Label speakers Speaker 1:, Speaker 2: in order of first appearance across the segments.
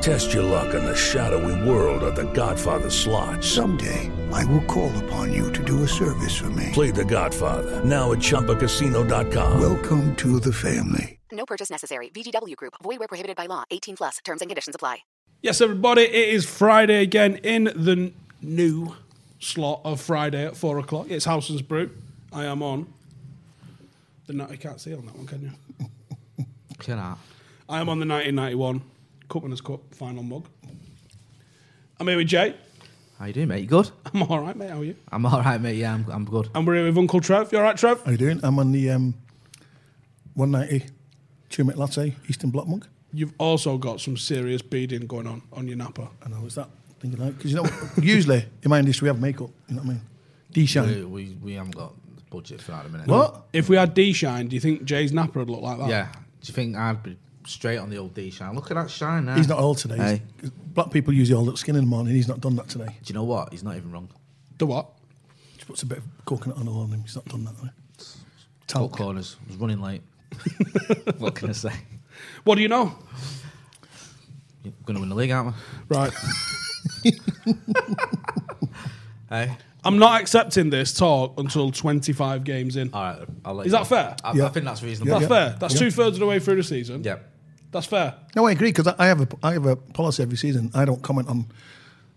Speaker 1: Test your luck in the shadowy world of The Godfather slot.
Speaker 2: Someday, I will call upon you to do a service for me.
Speaker 1: Play The Godfather now at ChumbaCasino.com.
Speaker 2: Welcome to the family.
Speaker 3: No purchase necessary. VGW Group. Void where prohibited by law. 18 plus. Terms and conditions apply.
Speaker 4: Yes, everybody, it is Friday again in the n- new slot of Friday at four o'clock. It's Housen's Brew. I am on. The night you can't see on that one, can you?
Speaker 5: Cannot.
Speaker 4: I am on the 1991 Cup Winners' Cup final mug. I'm here with Jay.
Speaker 5: How you doing, mate? You good?
Speaker 4: I'm all right, mate. How are you?
Speaker 5: I'm all right, mate. Yeah, I'm, I'm good.
Speaker 4: And we're here with Uncle Trev. You all right, Trev?
Speaker 6: How you doing? I'm on the um, 190 turmeric latte Eastern Block Monk.
Speaker 4: You've also got some serious beading going on on your napper.
Speaker 6: I know it's that thing like because you know usually in my industry we have makeup. You know what I mean? D
Speaker 5: We,
Speaker 6: shine.
Speaker 5: we, we haven't got the budget for that at the minute.
Speaker 6: What? Oh.
Speaker 4: If we had D Shine, do you think Jay's napper would look like that?
Speaker 5: Yeah. Do you think I'd be straight on the old D shine? Look at that shine now.
Speaker 6: He's not old today.
Speaker 5: Hey.
Speaker 6: He's- Black people usually all look skin in the morning. He's not done that today.
Speaker 5: Do you know what? He's not even wrong.
Speaker 4: The what?
Speaker 6: Just puts a bit of coconut oil on him. He's not done that today.
Speaker 5: Cut
Speaker 6: Talc.
Speaker 5: corners. I was running late. what can I say?
Speaker 4: What do you know?
Speaker 5: We're gonna win the league, aren't
Speaker 4: Right.
Speaker 5: we? Hey.
Speaker 4: I'm not accepting this talk until 25 games in.
Speaker 5: All right. I'll let
Speaker 4: Is
Speaker 5: you
Speaker 4: that
Speaker 5: go.
Speaker 4: fair?
Speaker 5: I,
Speaker 6: Yeah.
Speaker 5: I think that's reasonable.
Speaker 4: That's
Speaker 6: Ah. Yeah.
Speaker 4: fair. That's
Speaker 6: Yeah.
Speaker 4: two thirds of the way through the season.
Speaker 5: Yeah.
Speaker 4: That's fair.
Speaker 6: No, I agree because I I have a I have a policy every season. I don't comment on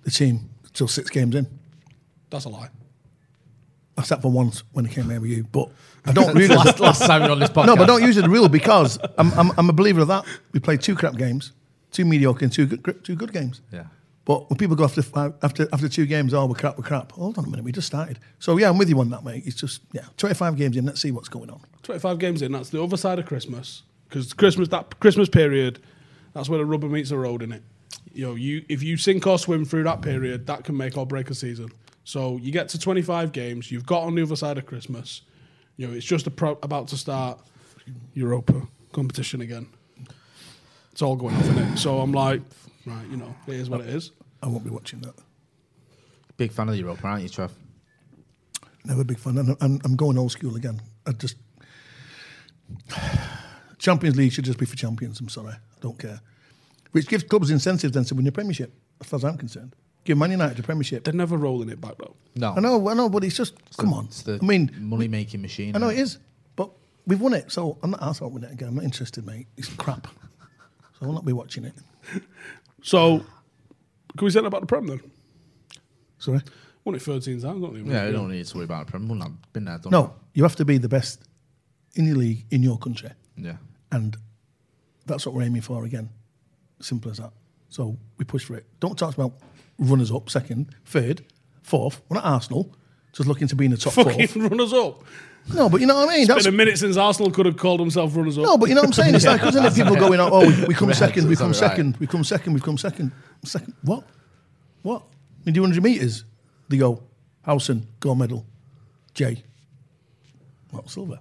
Speaker 6: the team till six games in.
Speaker 4: That's a lie.
Speaker 6: Except for once when I came here with you, but I don't really.
Speaker 5: last, last time you're on this podcast.
Speaker 6: No, but don't use it as a rule because I'm, I'm, I'm a believer of that. We play two crap games, two mediocre, and two good, two good games.
Speaker 5: Yeah.
Speaker 6: But when people go after five, after after two games, oh, we're crap, we're crap. Hold on a minute, we just started. So yeah, I'm with you on that, mate. It's just yeah, 25 games in. Let's see what's going on.
Speaker 4: 25 games in. That's the other side of Christmas. Because Christmas, that Christmas period, that's where the rubber meets the road, in it. You know, you if you sink or swim through that period, that can make or break a season. So you get to 25 games. You've got on the other side of Christmas. You know, it's just a pro- about to start Europa competition again. It's all going off in it. So I'm like, right, you know, it is what it is.
Speaker 6: I won't be watching that.
Speaker 5: Big fan of the Europa, aren't you, Trev?
Speaker 6: Never a big fan. And I'm, I'm going old school again. I just Champions League should just be for champions. I'm sorry, I don't care. Which gives clubs incentive then to win the Premiership, as far as I'm concerned. Give Man United the Premiership.
Speaker 4: They're never rolling it back, though.
Speaker 5: No.
Speaker 6: I know, I know, but it's just come on.
Speaker 5: It's the Mm.
Speaker 6: I mean,
Speaker 5: money making machine.
Speaker 6: I know it is,
Speaker 5: isn't
Speaker 6: but we've won it, so I'm not arsed with it again. I'm not interested, mate. It's crap, so I'll not be watching it.
Speaker 4: So, can we say that about the Prem then?
Speaker 6: Sorry.
Speaker 4: Won it 13 times, don't they?
Speaker 5: Yeah, we don't need to worry about it. Prem. I've been there, done
Speaker 6: No, you have to be the best in your league in your country,
Speaker 5: that. Yeah.
Speaker 6: and that's what we're aiming for again. Simple as that. So we push for it. Don't talk about runners up, second, third, fourth. We're not Arsenal. Just looking to be in the top four.
Speaker 4: Fucking runners up.
Speaker 6: No, but you know what I mean.
Speaker 4: It's
Speaker 6: That's
Speaker 4: been a minute since Arsenal could have called themselves runners up.
Speaker 6: No, but you know what I'm saying? It's like, isn't it? People going, out, oh, we, we come
Speaker 5: Right,
Speaker 6: second, we
Speaker 5: it's
Speaker 6: come
Speaker 5: not right.
Speaker 6: second, we come second, we come second. Second, what? What? We do 100 metres. They go, Howson, gold medal, Jay. Not silver.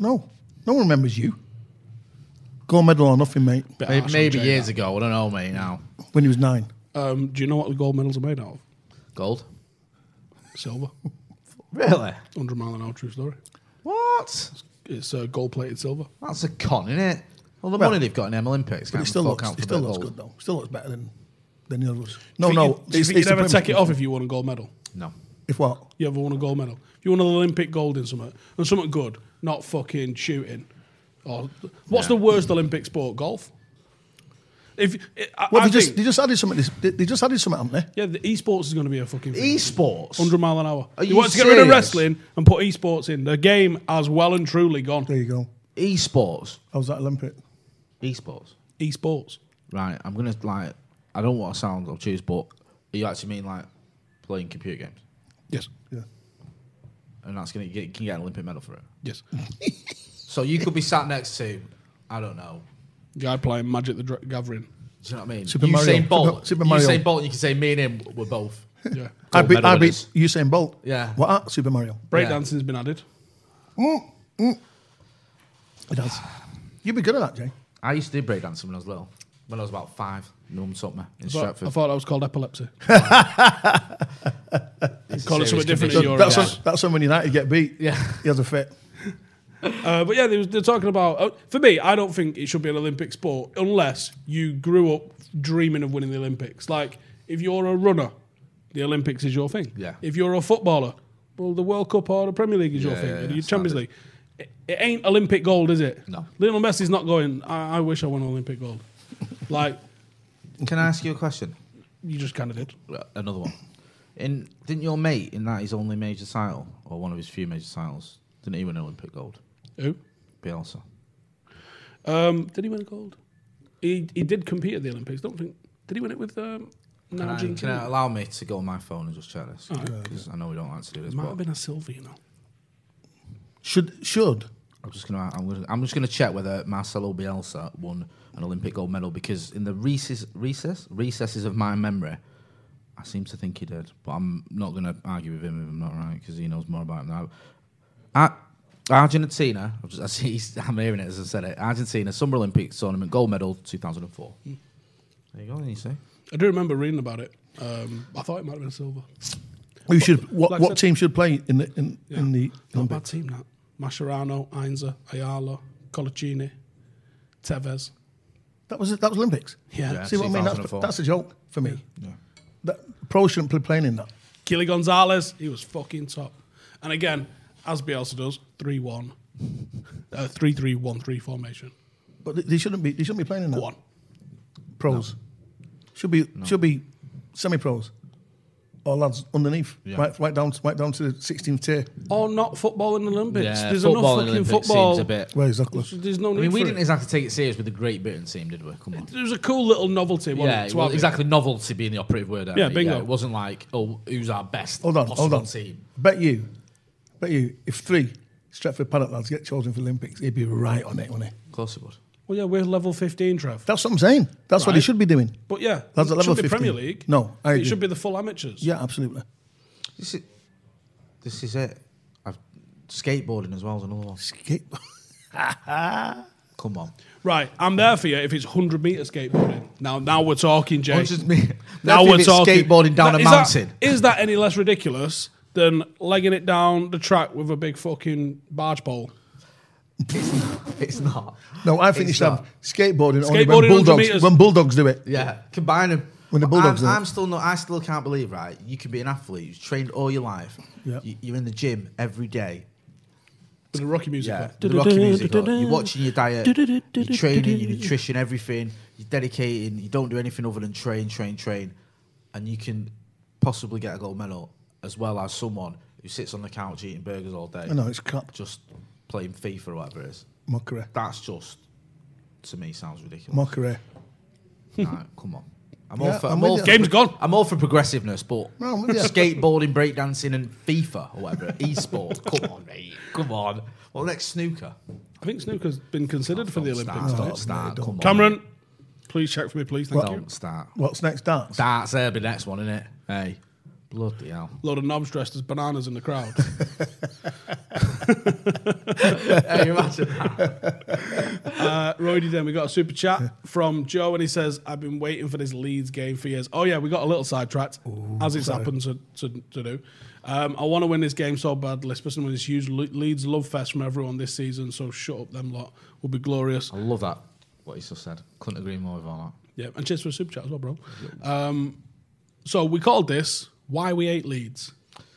Speaker 6: No, no one remembers you. Gold medal or nothing, mate,
Speaker 4: Bit
Speaker 5: Maybe,
Speaker 4: harsh on
Speaker 5: maybe
Speaker 4: Jay,
Speaker 5: years
Speaker 4: that.
Speaker 5: ago. I don't know, mate. Now,
Speaker 6: when he was nine.
Speaker 4: Um, do you know what the gold medals are made out
Speaker 5: gold.
Speaker 4: of? Silver.
Speaker 5: Really?
Speaker 4: 100 mile an hour, true story.
Speaker 5: What?
Speaker 4: it's uh, gold plated silver.
Speaker 5: That's a con, isn't it? Well, the
Speaker 6: Well,
Speaker 5: money they've got in them Olympics
Speaker 6: But
Speaker 5: can't
Speaker 6: it still
Speaker 5: fuck
Speaker 6: looks,
Speaker 5: out for
Speaker 6: it still
Speaker 5: a bit of
Speaker 6: looks
Speaker 5: gold.
Speaker 6: good though. Still looks better than than the others. No,
Speaker 4: Think
Speaker 6: no.
Speaker 4: you- do you think you'd
Speaker 6: the
Speaker 4: ever
Speaker 6: Premier
Speaker 4: take it
Speaker 6: League.
Speaker 4: off if you won a gold medal?
Speaker 5: No.
Speaker 6: If what?
Speaker 4: You ever won a gold medal? If you won an Olympic gold in something, and something good, not fucking shooting. Or what's the worst Olympic sport? Golf. If I,
Speaker 6: Well,
Speaker 4: I
Speaker 6: they just
Speaker 4: think-
Speaker 6: they just added something. They, they just added something, haven't they?
Speaker 4: yeah, the esports is going to be a fucking thing.
Speaker 5: Esports.
Speaker 4: 100 mile an hour.
Speaker 5: Are
Speaker 4: you
Speaker 5: you
Speaker 4: want to get rid of
Speaker 5: serious?
Speaker 4: wrestling and put esports in. The game has well and truly gone.
Speaker 6: There you go.
Speaker 5: Esports.
Speaker 6: I was at Olympic.
Speaker 5: Esports.
Speaker 4: Esports.
Speaker 5: Right. I'm gonna like. I don't want to sound obtuse, but you actually mean like playing computer games,
Speaker 4: Yes.
Speaker 6: Yeah.
Speaker 5: and that's gonna get, you can get an Olympic medal for it.
Speaker 4: Yes.
Speaker 5: So you could be sat next to, I don't know.
Speaker 4: Guy playing Magic the Dra- Gathering.
Speaker 5: Do you know what I mean?
Speaker 6: Super
Speaker 5: Usain
Speaker 6: Mario.
Speaker 5: Bolt.
Speaker 6: Super- Super Mario.
Speaker 5: Usain Bolt. You can say me and him were both.
Speaker 4: Yeah.
Speaker 6: I
Speaker 5: Gold
Speaker 6: beat
Speaker 5: medal
Speaker 6: I
Speaker 5: it
Speaker 6: beat
Speaker 5: is.
Speaker 6: Usain Bolt.
Speaker 5: Yeah.
Speaker 6: What at Super Mario?
Speaker 4: Breakdancing's been added.
Speaker 6: It does. You'd be good at that, Jay.
Speaker 5: I used to do breakdancing when I was little. When I was about five, my mum taught me in
Speaker 4: I thought, I
Speaker 5: Stratford.
Speaker 4: thought that was called epilepsy.
Speaker 5: It's a
Speaker 4: call it
Speaker 5: serious
Speaker 4: something different in
Speaker 5: condition.
Speaker 4: Europe.
Speaker 6: That's
Speaker 4: Yeah.
Speaker 6: when, that's when Man United get beat.
Speaker 5: Yeah.
Speaker 6: He has a fit.
Speaker 4: Uh, but yeah, they was, they're talking about. Uh, for me, I don't think it should be an Olympic sport unless you grew up dreaming of winning the Olympics. Like, if you're a runner, the Olympics is your thing.
Speaker 5: Yeah.
Speaker 4: If you're a footballer, well, the World Cup or the Premier League is your
Speaker 5: Yeah,
Speaker 4: thing.
Speaker 5: yeah,
Speaker 4: and
Speaker 5: yeah,
Speaker 4: your Champions
Speaker 5: standard.
Speaker 4: League. It, it ain't Olympic gold, is it?
Speaker 5: No.
Speaker 4: Lionel Messi's not going. I, I wish I won Olympic gold. like
Speaker 5: Can I ask you a question?
Speaker 4: you just kind of did.
Speaker 5: Right, Uh, Another one. In didn't your mate in that his only major title or one of his few major titles? Didn't he win Olympic gold?
Speaker 4: Who?
Speaker 5: Bielsa.
Speaker 4: Um, did he win gold? He he did compete at the Olympics. Don't think. Did he win it with? Um,
Speaker 5: Can, I,
Speaker 4: Argentina?
Speaker 5: can I allow me to go on my phone and just check this? Because I know we don't like to do this.
Speaker 4: Might have
Speaker 5: But
Speaker 4: been a silver, you know.
Speaker 6: Should should
Speaker 5: I'm just gonna I'm, gonna I'm just gonna check whether Marcelo Bielsa won an Olympic gold medal because in the recess recess recesses of my memory, I seem to think he did. But I'm not gonna argue with him if I'm not right because he knows more about it than I. Ar- Argentina, I've just, I see, he's- I'm hearing it as I said it. Argentina, Summer Olympics tournament, gold medal, 2004. There you go, then you see.
Speaker 4: I do remember reading about it. Um, I thought it might have been silver.
Speaker 6: who should what,
Speaker 4: Like I
Speaker 6: what
Speaker 4: said-
Speaker 6: team should play in the in, in the
Speaker 4: Not a
Speaker 6: Olympics?
Speaker 4: bad team that. Mascherano, Einzer, Ayala, Colaccini, Tevez.
Speaker 6: That was that was Olympics.
Speaker 4: Yeah. Yeah,
Speaker 6: See what I mean? That's,
Speaker 5: 2004.
Speaker 6: that's a joke for me. That pros shouldn't be playing in that.
Speaker 4: Kili Gonzalez, he was fucking top. And again, as Bielsa does, 3 1. Uh, 3 3 1 3 formation.
Speaker 6: But they- they shouldn't be they shouldn't be playing in that.
Speaker 4: Go on.
Speaker 6: Pros. Should be should be semi pros. Or lads underneath. Right right down right down to the sixteenth tier.
Speaker 4: Or not football in the Olympics. There's enough
Speaker 5: football
Speaker 4: fucking
Speaker 5: in Olympics
Speaker 4: football.
Speaker 5: Seems a bit.
Speaker 6: Where is that club?
Speaker 4: There's no
Speaker 5: I
Speaker 4: need
Speaker 5: mean, we
Speaker 4: for
Speaker 5: didn't
Speaker 4: it.
Speaker 5: exactly take it serious with the Great Britain team, did we? Come on.
Speaker 4: There was a cool little novelty, wasn't
Speaker 5: Yeah,
Speaker 4: it?
Speaker 5: it
Speaker 4: to
Speaker 5: was
Speaker 4: have it?
Speaker 5: exactly novelty being the operative word.
Speaker 4: Yeah,
Speaker 5: Yeah,
Speaker 4: bingo.
Speaker 5: bingo. it wasn't like, oh, who's our best
Speaker 6: Hold on,
Speaker 5: possible
Speaker 6: hold on.
Speaker 5: team?
Speaker 6: Bet you, bet you, if three Stratford Paddock lads get chosen for Olympics, he'd be right on it, wouldn't he?
Speaker 5: Of course it would.
Speaker 4: Well, yeah, we're level 15, Trev.
Speaker 6: That's what I'm saying. That's what he
Speaker 4: Right.
Speaker 6: should be doing.
Speaker 4: But yeah,
Speaker 6: Lads
Speaker 4: it
Speaker 6: at level
Speaker 4: should be
Speaker 6: 15.
Speaker 4: Premier League.
Speaker 6: No, I
Speaker 4: It
Speaker 6: agree.
Speaker 4: should be the full amateurs.
Speaker 6: Yeah, absolutely.
Speaker 5: This is, this is it. I've, skateboarding as well is another one.
Speaker 6: Skate.
Speaker 5: Come on.
Speaker 4: Right, I'm there for you if it's 100 metre skateboarding. Now now we're talking, Jay.
Speaker 5: 100 metre. There for you if it's skateboarding down a
Speaker 4: is that-
Speaker 5: mountain.
Speaker 4: Is that any less ridiculous than legging it down the track with a big fucking barge pole?
Speaker 5: It's not.
Speaker 6: No, I think
Speaker 5: It's
Speaker 6: you should
Speaker 5: not.
Speaker 6: have skateboarding, only
Speaker 4: Skateboarding
Speaker 6: when
Speaker 4: under
Speaker 6: bulldogs
Speaker 4: meters.
Speaker 6: when bulldogs do it.
Speaker 5: Yeah, combine them.
Speaker 6: When the Bulldogs are-
Speaker 5: I'm, I'm still not. I still can't believe. Right, you could be an athlete. You've trained all your life.
Speaker 6: Yeah.
Speaker 5: You, you're in the gym every day.
Speaker 4: With the Rocky music.
Speaker 5: Yeah,
Speaker 4: on.
Speaker 5: the Rocky music. You're watching your diet, your training, your nutrition, everything. You're dedicating. You don't do anything other than train, train, train, and you can possibly get a gold medal as well as someone who sits on the couch eating burgers all day.
Speaker 6: I know it's crap,
Speaker 5: just playing FIFA or whatever it is.
Speaker 6: mockery,
Speaker 5: That's just to me sounds ridiculous.
Speaker 6: mockery.
Speaker 5: Nah, come on. I'm
Speaker 6: Yeah,
Speaker 5: all for,
Speaker 6: I'm
Speaker 5: I'm
Speaker 6: with
Speaker 5: all
Speaker 6: you.
Speaker 5: for
Speaker 4: Game's gone.
Speaker 5: I'm all for progressiveness, but
Speaker 6: No, I'm with you.
Speaker 5: skateboarding, breakdancing, and FIFA or whatever, esport. Come on, mate. Come on. Well, next snooker.
Speaker 4: I think snooker's been considered for the
Speaker 5: Don't
Speaker 4: Olympics.
Speaker 5: Start,
Speaker 4: hasn't
Speaker 5: don't start. Come on.
Speaker 4: Cameron, please check for me, please. Thank you.
Speaker 5: Don't start.
Speaker 6: What's next? Darts.
Speaker 5: Darts, there'll be next one, innit? Hey. Bloody hell.
Speaker 4: Load of knobs dressed as bananas in the crowd.
Speaker 5: hey, imagine that.
Speaker 4: Uh, Roydy, then we got a super chat from Joe, and he says, "I've been waiting for this Leeds game for years." Oh yeah, we got a little sidetracked, as it's happened to, to, to do. Um, I want to win this game so badly, especially when this huge Le- Leeds love fest from everyone this season. So shut up, them lot. Will be glorious.
Speaker 5: I
Speaker 6: Oh.
Speaker 5: love that. What he's just said. Couldn't agree more with all
Speaker 4: Yeah, and cheers for a super chat as well, bro. Um, so we called this "Why We Hate Leads,"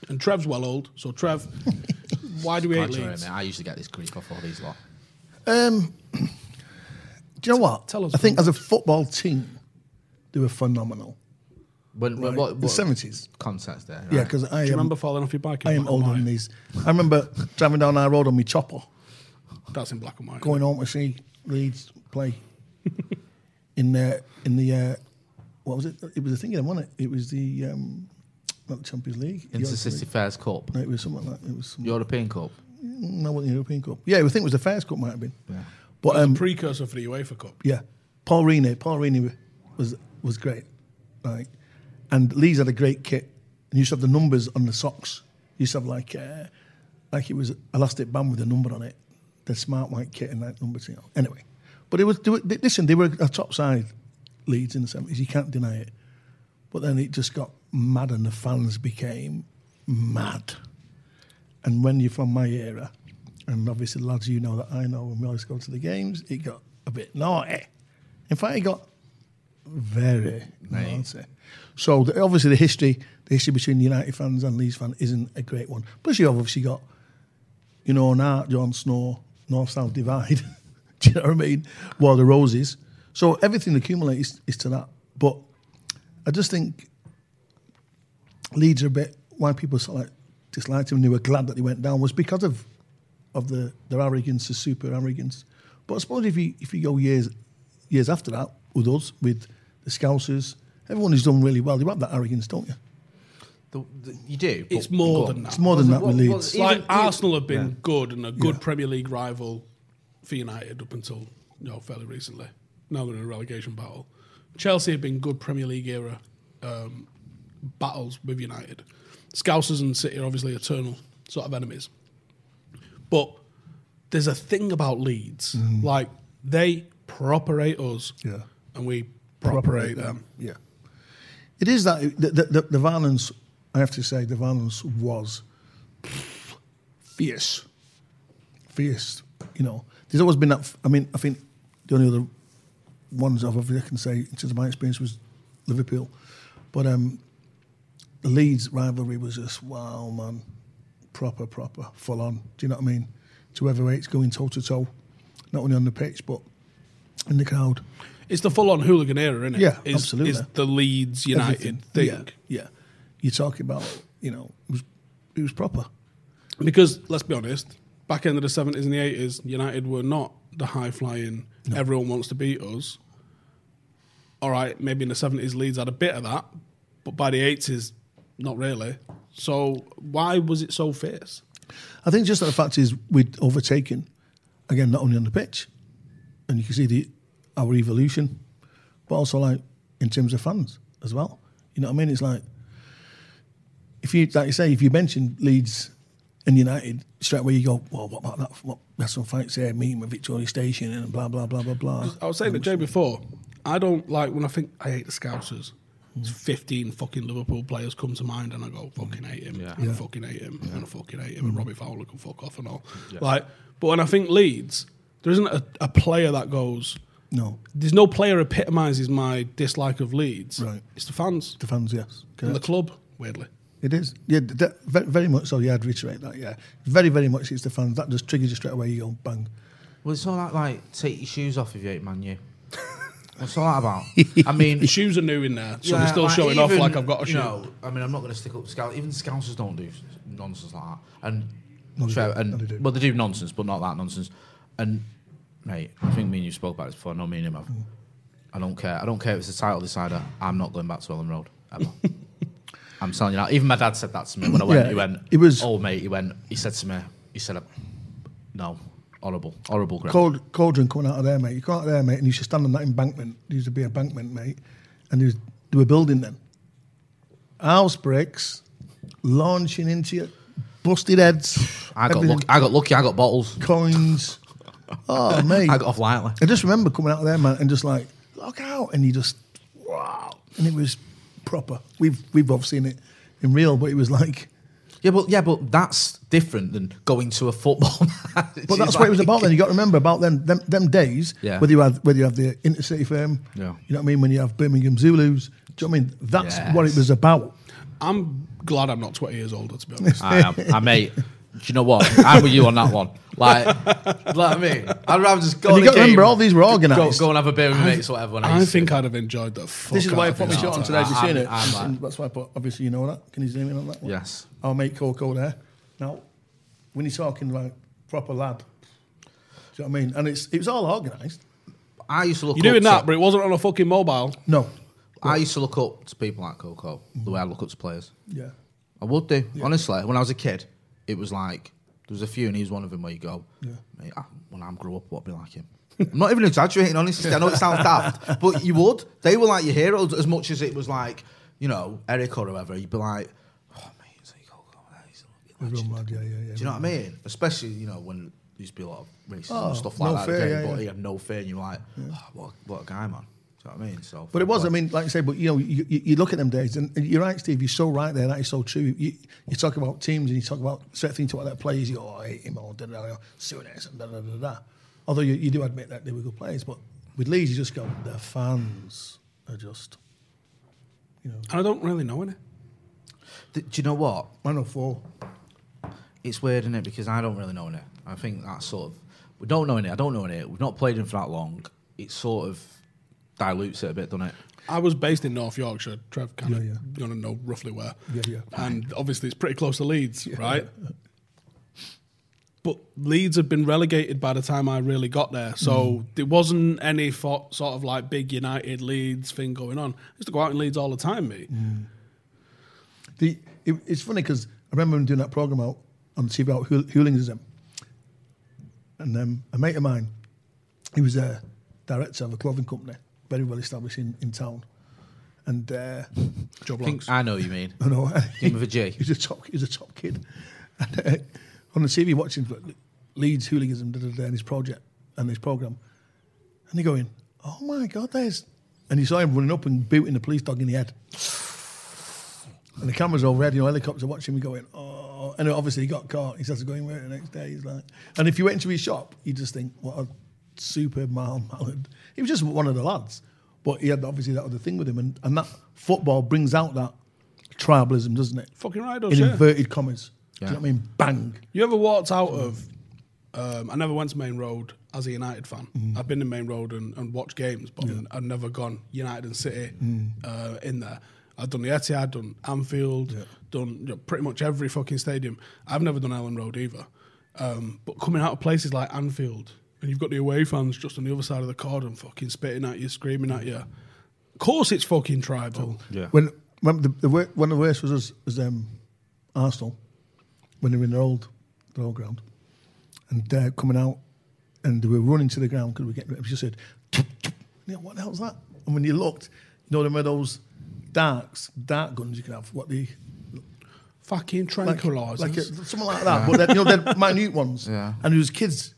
Speaker 4: and Trev's well old. So Trev, why do we
Speaker 5: that.
Speaker 4: hate
Speaker 5: Contrary,
Speaker 4: Leeds?
Speaker 5: mate, I usually get this grief off all these lot.
Speaker 6: Um, do you know what?
Speaker 4: Tell us
Speaker 6: I think
Speaker 4: one.
Speaker 6: as a football team, they were phenomenal.
Speaker 5: When, when-
Speaker 6: Right,
Speaker 5: what,
Speaker 6: the
Speaker 5: what
Speaker 6: 70s.
Speaker 5: context there?
Speaker 6: Yeah, uh,
Speaker 5: right.
Speaker 6: because I
Speaker 4: Do you
Speaker 6: am,
Speaker 4: remember falling off your bike? in
Speaker 6: I am
Speaker 4: black and
Speaker 6: older than
Speaker 4: white?
Speaker 6: these. I remember driving down our road on my chopper,
Speaker 4: That's in black and white.
Speaker 6: going home to see Leeds play in the in the uh, what was it? It was the thing then, wasn't it? It was the um, not the Champions League. the Europa
Speaker 5: Intercity
Speaker 6: League.
Speaker 5: Fairs Cup,
Speaker 6: No, it was something like that. It was some,
Speaker 5: European Cup.
Speaker 6: no, wasn't the European Cup. Yeah, I think it was the Fairs Cup. Might have been.
Speaker 5: Yeah.
Speaker 6: But um,
Speaker 4: Precursor for the UEFA Cup.
Speaker 6: Yeah, Paul Reaney. Paul Reaney was was great, like, and Lee's had a great kit. And used to have the numbers on the socks. Used to have like, uh, like it was elastic band with a number on it. The smart white kit and that number thing. Anyway, but it was. They were, they- listen, they were a top side Leeds in the seventies. You can't deny it. But then it just got mad, and the fans became mad. And when you're from my era, and obviously lads you know that I know, when we always go to the games, it got a bit naughty. In fact, it got very naughty. So the, obviously the history, the history between the United fans and Leeds fans isn't a great one. Plus you have obviously got, you know, now John Snow, North-South divide. Do you know what I mean? War of the Roses. So everything accumulates is to that. But I just think Leeds are a bit why people sort of like disliked him and they were glad that he went down was because of of the their arrogance, the super arrogance. But I suppose if you if you go years years after that with us, with the Scousers, everyone who's done really well, you have that arrogance, don't you?
Speaker 5: The, the, you do.
Speaker 4: It's
Speaker 5: but-
Speaker 4: more
Speaker 5: go on.
Speaker 4: than that.
Speaker 6: It's more than that with
Speaker 5: Well,
Speaker 6: Leeds.
Speaker 5: well,
Speaker 4: like
Speaker 5: even-
Speaker 4: Arsenal have been good and a good Premier League rival for United up until you know, fairly recently. Now they're in a relegation battle. Chelsea have been good Premier League era um, battles with United. Scousers and City are obviously eternal sort of enemies. But there's a thing about Leeds. Like, they properate us
Speaker 6: Mm. Yeah.
Speaker 4: and we properate them.
Speaker 6: Yeah. It is that the, the, the, the violence, I have to say, the violence was fierce. Fierce, you know. There's always been that. f- I mean, I think the only other ones I've ever I can say, in terms of my experience, was Liverpool. But um, the Leeds rivalry was just, wow, man, proper, proper, full on. Do you know what I mean? To whoever hates going toe to toe, not only on the pitch, but in the crowd.
Speaker 4: It's the full on hooligan era, isn't it?
Speaker 6: Yeah,
Speaker 4: is,
Speaker 6: absolutely.
Speaker 4: Is the Leeds United thing.
Speaker 6: Everything. Yeah, yeah. You're talking about, you know, it was, it was proper.
Speaker 4: Because let's be honest, back end of the seventies and the eighties, United were not the high flying. Everyone wants to beat us. All right, maybe in the seventies, Leeds had a bit of that, but by the eighties, not really. So why was it so fierce?
Speaker 6: I think just that the fact is we'd overtaken, again, not only on the pitch, and you can see the our evolution, but also like in terms of fans as well. You know what I mean? It's like if you like you say, if you mention Leeds and United, straight away you go, Well, what about that what that's some fights there, meeting with Victoria Station and blah blah blah blah blah.
Speaker 4: I was saying to Jay before, I don't like when I think I hate the Scousers. It's Fifteen fucking Liverpool players come to mind, and I go fucking hate him, and I fucking hate him, and I fucking hate him, and Robbie Fowler can fuck off and all. Like, but when I think Leeds, there isn't a, a player that goes.
Speaker 6: No.
Speaker 4: There's no player epitomises my dislike of Leeds.
Speaker 6: Right.
Speaker 4: It's the fans
Speaker 6: The fans, yes.
Speaker 4: and
Speaker 6: correct.
Speaker 4: the club. Weirdly,
Speaker 6: It is. Yeah, th- that, very, very much so. Yeah, I'd reiterate that. Yeah. Very, very much it's the fans. That just triggers you straight away. You go bang.
Speaker 5: Well, it's all that, like, take your shoes off if you hate Man U. What's all that about? I mean,
Speaker 4: the shoes are new in there, so
Speaker 5: yeah,
Speaker 4: they're still showing off
Speaker 5: even,
Speaker 4: like I've got a shoe.
Speaker 5: You know, I mean, I'm not going to stick up Scousers. Even Scousers don't do s- nonsense like that. And, Trev- and
Speaker 6: they do.
Speaker 5: well, they do nonsense, but not that nonsense. And mate, I think me and you spoke about this before. No, me and him have.
Speaker 6: Mm.
Speaker 5: I don't care. I don't care if it's a title decider. I'm not going back to Ellen Road ever. I'm telling you that. Even my dad said that to me when I went.
Speaker 6: Yeah,
Speaker 5: he went.
Speaker 6: it was-
Speaker 5: Oh mate, he went. He said to me. He said, "No, horrible, horrible." Greg.
Speaker 6: Cold, cauldron coming out of there, mate. You come out of there, mate, and you should stand on that embankment. There used to be an embankment, mate. And there was, they were building then. House bricks launching into you, busted heads.
Speaker 5: I got
Speaker 6: everything,
Speaker 5: lucky. I got lucky. I got bottles.
Speaker 6: Coins. Oh, mate.
Speaker 5: I got off lightly.
Speaker 6: I just remember coming out of there, man, and just like, look out. And you just, wow. And it was proper. We've, we've both seen it in real, but it was like,
Speaker 5: Yeah, but yeah, but that's different than going to a football match.
Speaker 6: But that's what it was about then. You got to remember about them them, them days.
Speaker 5: Yeah.
Speaker 6: Whether you had whether you have the intercity firm.
Speaker 5: Yeah.
Speaker 6: You know what I mean? When you have Birmingham Zulus. Do you know what I mean? That's what it
Speaker 5: Yes.
Speaker 6: was about.
Speaker 4: I'm glad I'm not 20 years older, to be honest.
Speaker 5: I am. I mate. Do you know what? I'm with you on that one. Like, like me. I'd rather just go.
Speaker 6: And you
Speaker 5: on a
Speaker 6: got to
Speaker 5: game,
Speaker 6: remember, all these were organised.
Speaker 5: Go, go and have a beer with mates or whatever. when
Speaker 4: I
Speaker 5: used to.
Speaker 4: think I'd have enjoyed the fuck
Speaker 6: This is
Speaker 4: out
Speaker 6: why I
Speaker 4: of
Speaker 6: put my
Speaker 4: this.
Speaker 6: shot on
Speaker 5: I'm-
Speaker 6: today. Have you
Speaker 5: I'm-
Speaker 6: seen it?
Speaker 5: I'm like-
Speaker 6: And that's why I put. Obviously, you know that. Can you zoom in on that one?
Speaker 5: Yes.
Speaker 6: Our mate Coco there. Now, when you're talking like proper lad, do you know what I mean? And it's it was all organised.
Speaker 5: I used to look.
Speaker 4: You're doing
Speaker 5: up
Speaker 4: that,
Speaker 5: to-
Speaker 4: but it wasn't on a fucking mobile.
Speaker 6: No.
Speaker 5: I used to look up to people like Coco. The way I look up to players,
Speaker 6: Yeah.
Speaker 5: I would do. Honestly, when I was a kid, it was like there was a few, and he was one of them where you go, mate, I, when I grew up, what be like him? I'm not even exaggerating, honestly. I know it sounds daft, but you would. They were like your heroes as much as it was like, you know, Eric or whoever. You'd be like, oh, mate, he's like, oh, God, he's a
Speaker 6: Everyone
Speaker 5: legend.
Speaker 6: mad, yeah, yeah, yeah.
Speaker 5: Do you know what I mean? Especially, you know, when there used to be a lot of racism
Speaker 6: Oh,
Speaker 5: and stuff like
Speaker 6: no
Speaker 5: that.
Speaker 6: fear,
Speaker 5: again,
Speaker 6: yeah,
Speaker 5: but
Speaker 6: yeah.
Speaker 5: he had no fear, and you're like, oh, what, what a guy, man. Do you know what I mean? So,
Speaker 6: But it was, I mean, like I say, but you know, you, you you look at them days, and and you're right, Steve. You're so right there. That is so true. You, you talk about teams, and you talk about certain things, you talk about their players. You go, oh, I hate him, or da da da, Souness, and da da da da. Although you, you do admit that they were good players, but with Leeds, you just go, the fans are just, you know,
Speaker 4: And I don't really know any.
Speaker 5: Th- do you know what?
Speaker 6: 104.
Speaker 5: It's weird, isn't it? Because I don't really know it. I think that's sort of we don't know it. I don't know it. We've not played him for that long. It sort of dilutes it a bit, doesn't it?
Speaker 4: I was based in North Yorkshire. Trev kind of
Speaker 6: Yeah, yeah.
Speaker 4: gonna know roughly where.
Speaker 6: Yeah, yeah.
Speaker 4: And obviously, it's pretty close to Leeds, right? But Leeds had been relegated by the time I really got there, so there wasn't any fo- sort of like big United Leeds thing going on. I used to go out in Leeds all the time, mate.
Speaker 6: The, it, it's funny because I remember him doing that program out on TV about hool- hooliganism, and um, a mate of mine, he was a director of a clothing company, very well established in, in town, and uh,
Speaker 4: Job
Speaker 5: I think
Speaker 4: logs.
Speaker 5: I know what you mean.
Speaker 6: I know
Speaker 5: Him with a J.
Speaker 6: He's a top. He's a top kid. And, uh, on the TV, watching Leeds hooliganism da, da, da, and his project and his program, and they going, "Oh my God, there's!" And you saw him running up and booting the police dog in the head. And the cameras overhead, you know, helicopter watching me going, "Oh!" And obviously he got caught. He has to go in work the next day. He's like, and if you went into his shop, you just think, "What a super mild mannered." He was just one of the lads, but he had obviously that other thing with him, and, and that football brings out that tribalism, doesn't it?
Speaker 4: Fucking right,
Speaker 6: in
Speaker 4: does yeah.
Speaker 6: inverted commas. Do
Speaker 5: Yeah.
Speaker 6: you know what I mean? Bang.
Speaker 4: You ever walked out of? Um, I never went to Main Road as a United fan.
Speaker 6: Mm.
Speaker 4: I've been to Main Road and, and watched games, but I've never gone United and City
Speaker 6: Mm.
Speaker 4: uh, in there. I've done the Etihad, done Anfield, done you know, pretty much every fucking stadium. I've never done Ellen Road either. Um, but coming out of places like Anfield, and you've got the away fans just on the other side of the cordon, fucking spitting at you, screaming at you. Of course, it's fucking tribal.
Speaker 5: Yeah.
Speaker 6: When, when the, the wor- one of the worst was us, was um, Arsenal when they were in their old their old ground, and they're coming out, and they were running to the ground because we were getting it was just said, "Tup, tup." you know, what the hell's that? And when you looked, you know, there were those darks, dark guns you can have, what the
Speaker 4: Fucking
Speaker 6: like,
Speaker 4: tranquilizers.
Speaker 6: like a, something like that. But they're, you know, they're minute ones.
Speaker 5: Yeah.
Speaker 6: And there was kids,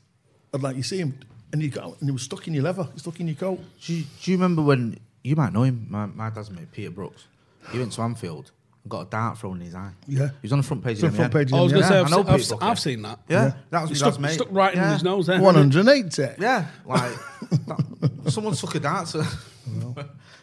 Speaker 6: I'd like you see them, and you got out, and they were stuck in your leather, stuck in your coat.
Speaker 5: Do you, do you remember when you might know him? My, my dad's mate, Peter Brooks. He went to Anfield and got a dart thrown in his eye.
Speaker 6: Yeah.
Speaker 5: he was on the front page.
Speaker 6: It's on
Speaker 5: of the
Speaker 6: front
Speaker 5: NBA.
Speaker 6: page of
Speaker 4: I was
Speaker 6: Yeah,
Speaker 4: going to say,
Speaker 5: I
Speaker 4: I've,
Speaker 5: know
Speaker 4: se- I've,
Speaker 5: people,
Speaker 4: I've
Speaker 5: yeah.
Speaker 4: seen that.
Speaker 5: Yeah, that was my
Speaker 4: It's
Speaker 5: dad's
Speaker 4: stuck,
Speaker 5: mate.
Speaker 4: stuck right in
Speaker 5: Yeah.
Speaker 4: his nose there.
Speaker 6: 180.
Speaker 5: Yeah, like that, someone took a dart to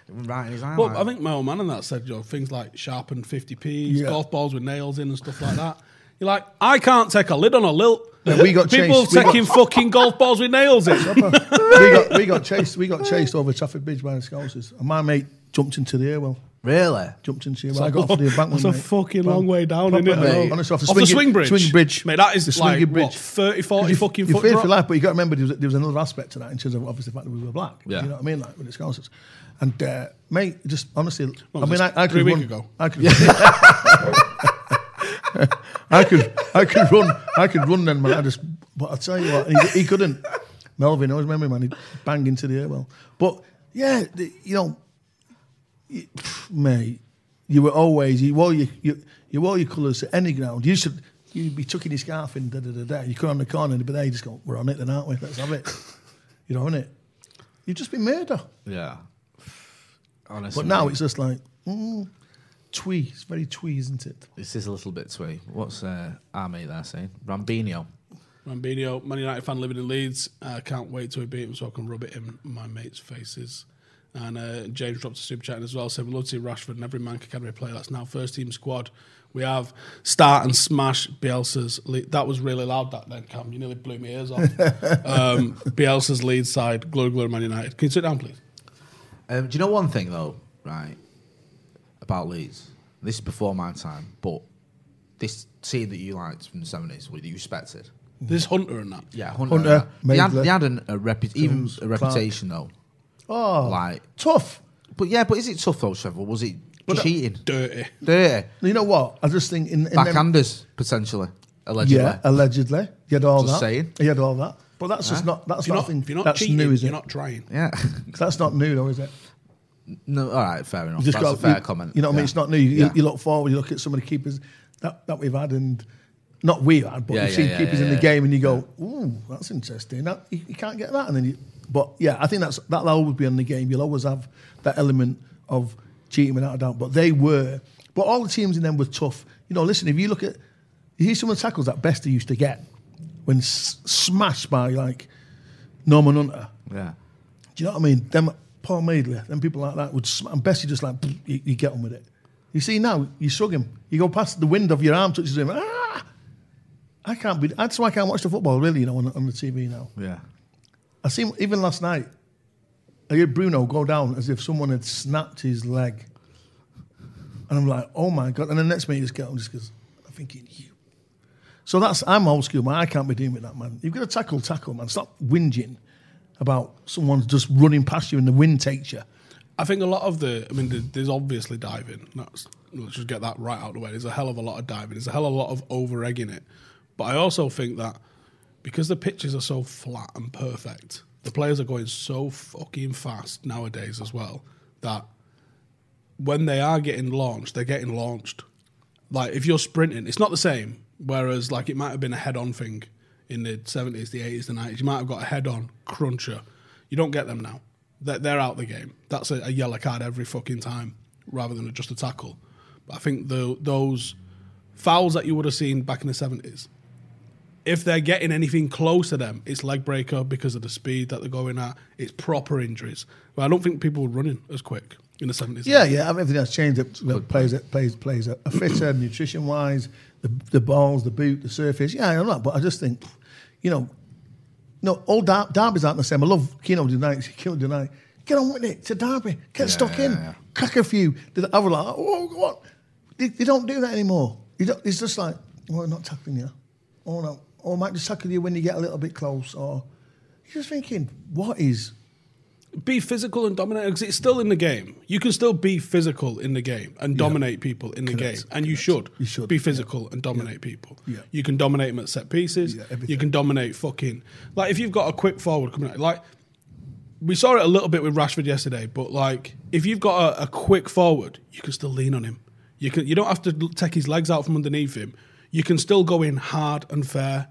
Speaker 5: right in his eye.
Speaker 4: Well,
Speaker 5: like.
Speaker 4: I think my old man and that said, you know, things like sharpened 50p's,
Speaker 6: Yeah.
Speaker 4: golf balls with nails in and stuff like that. You're like, I can't take a lid on a lilt.
Speaker 6: Yeah, we got
Speaker 4: People
Speaker 6: chased. We
Speaker 4: taking
Speaker 6: got-
Speaker 4: fucking golf balls with nails in.
Speaker 6: we got we got chased. We got chased over Trafford Bridge by the Scousers, and my mate jumped into the airwell.
Speaker 5: really.
Speaker 6: Jumped into the airwell. I got off the embankment.
Speaker 4: That's a
Speaker 6: mate.
Speaker 4: fucking long way down,
Speaker 6: Proper,
Speaker 4: isn't it?
Speaker 6: mate.
Speaker 4: though?
Speaker 6: Honestly, off,
Speaker 4: Off the swing bridge.
Speaker 6: Swing bridge.
Speaker 4: Mate, that is like,
Speaker 6: swinging
Speaker 4: what, 30, 40
Speaker 6: You-
Speaker 4: fucking
Speaker 6: you
Speaker 4: foot
Speaker 6: feared
Speaker 4: drop?
Speaker 6: for life, but you got to remember there was, there was another aspect to that in terms of obviously the fact that we were black.
Speaker 5: Yeah.
Speaker 6: You know what I mean? Like with the Scousers. And uh, mate, just honestly,
Speaker 4: Well,
Speaker 6: I mean, I,
Speaker 4: just
Speaker 6: I could
Speaker 4: three week
Speaker 6: run.
Speaker 4: ago.
Speaker 6: I could. I could, I could run, I could run then, man. I just, but I tell you what, he, he couldn't. Melvin, I always remember, man, he'd bang into the air well. But yeah, the, you know, you- pff, mate, you were always you wore your you, you wore your colours at any ground. You should you'd be tucking your scarf in da da da da. You come on the corner and be there. You just go, we're on it then, aren't we? Let's have it. you know, innit? You've just been murder.
Speaker 5: Yeah. Honestly.
Speaker 6: But now it's just like, mm, twee. It's very twee, isn't it?
Speaker 5: This is a little bit twee. What's uh, our mate there saying? Rambino.
Speaker 4: Rambino, Man United fan living in Leeds. I can't wait till we beat him so I can rub it in my mates' faces. And uh, James dropped a super chat as well, saying, We'd love to see Rashford and every Man Academy player that's now first team squad. We have start and smash Bielsa's. Le- that was really loud, that then, Cam. You nearly blew my ears off. um, Bielsa's lead side, glory, glory, Man United. Can you sit down, please?
Speaker 5: Um, do you know one thing though, right? About Leeds, this is before my time, but this team that you liked from the seventies, that you respected,
Speaker 4: This Hunter and that.
Speaker 5: yeah, Hunter.
Speaker 6: Hunter,
Speaker 5: uh, they, had,
Speaker 6: Maidler,
Speaker 5: they had an, a, repu- even
Speaker 6: Jones,
Speaker 5: a reputation though.
Speaker 6: Oh,
Speaker 5: Like,
Speaker 6: tough.
Speaker 5: but yeah, but is it tough though, Trevor? Was it cheating?
Speaker 4: Dirty.
Speaker 5: Dirty.
Speaker 6: You know what? I just think in, in them-
Speaker 5: Backhanders potentially, allegedly.
Speaker 6: yeah, allegedly, you had all that.
Speaker 5: Just saying.
Speaker 6: You had all that. But that's just not. That's
Speaker 4: If you're
Speaker 6: not,
Speaker 4: not,
Speaker 6: a thing.
Speaker 4: if you're not
Speaker 6: that's
Speaker 4: cheating,
Speaker 6: new, is
Speaker 4: you're
Speaker 6: it?
Speaker 4: not trying.
Speaker 5: Yeah.
Speaker 6: That's not new, though, is it?
Speaker 5: no. All right. Fair enough.
Speaker 6: You
Speaker 5: That's a
Speaker 6: gotta-
Speaker 5: fair
Speaker 6: you,
Speaker 5: comment.
Speaker 6: You know what I mean?
Speaker 5: Yeah.
Speaker 6: It's not new. You,
Speaker 5: Yeah.
Speaker 6: you look forward, you look at some of the keepers that, that we've had, and not we've had, but
Speaker 5: Yeah,
Speaker 6: you've
Speaker 5: yeah,
Speaker 6: seen
Speaker 5: yeah,
Speaker 6: keepers
Speaker 5: yeah,
Speaker 6: in the
Speaker 5: yeah.
Speaker 6: game, and you go, "Ooh, that's interesting." That, you, you can't get that, and then you. But yeah, I think that's that'll always be on the game. You'll always have that element of cheating without a doubt. But they were, but all the teams in them were tough. You know, listen, if you look at, you see some of the tackles that Bester used to get when s- smashed by like Norman Hunter.
Speaker 5: yeah.
Speaker 6: Do you know what I mean? Them Paul Maidley, them people like that would. Sm- and Bessie just like pfft, you, you get on with it. You see now, you sug him. You go past the wind of your arm touches him. Ah! I can't be. That's why I can't watch the football really. You know, on, on the TV now.
Speaker 5: Yeah.
Speaker 6: I seen even last night. I heard Bruno go down as if someone had snapped his leg, and I'm like, oh my god! And the next minute, he just get on just goes, I'm thinking you. So that's I'm old school, man. I can't be dealing with that, man. You've got to tackle, tackle, man. Stop whinging about someone just running past you and the wind takes you.
Speaker 4: I think a lot of the, I mean, there- there's obviously diving. That's, let's just get that right out of the way. There's a hell of a lot of diving. There's a hell of a lot of over egging it. But I also think that because the pitches are so flat and perfect, the players are going so fucking fast nowadays as well that when they are getting launched, they're getting launched. Like if you're sprinting, it's not the same. Whereas like it might have been a head-on thing in the seventies, the eighties, the nineties. You might have got a head-on cruncher. You don't get them now. They're, they're out the game. That's a, a yellow card every fucking time, rather than just a tackle. But I think the, those fouls that you would have seen back in the seventies, if they're getting anything close to them, it's leg breaker because of the speed that they're going at. It's proper injuries. But I don't think people were running as quick in the seventies.
Speaker 6: Yeah, yeah. I mean, everything that's changed. It it plays, it plays, plays. A fitter, nutrition wise, the the balls, the boot, the surface. Yeah, I know that, but I just think, you know, no, all der- derbies aren't the same. I love Keno tonight. Keno tonight. Get on with it. It's a derby. Get stuck in.
Speaker 5: yeah.
Speaker 6: Crack a few. Did I was like, oh, go on. They, they don't do that anymore. You don't, it's just like, well, not tackling you. Oh no. Or I might just tackle you when you get a little bit close. Or you're just thinking, what is
Speaker 4: be physical and dominate because it's still in the game. You can still be physical in the game and dominate people in the game, and you should.
Speaker 6: You should,
Speaker 4: be
Speaker 6: yeah.
Speaker 4: physical and dominate people.
Speaker 6: Yeah.
Speaker 4: You can dominate them at set pieces.
Speaker 6: Yeah, everything.
Speaker 4: you can dominate fucking like if you've got a quick forward coming out like. We saw it a little bit with Rashford yesterday, but like if you've got a, a quick forward, you can still lean on him. You can you don't have to l- take his legs out from underneath him. You can still go in hard and fair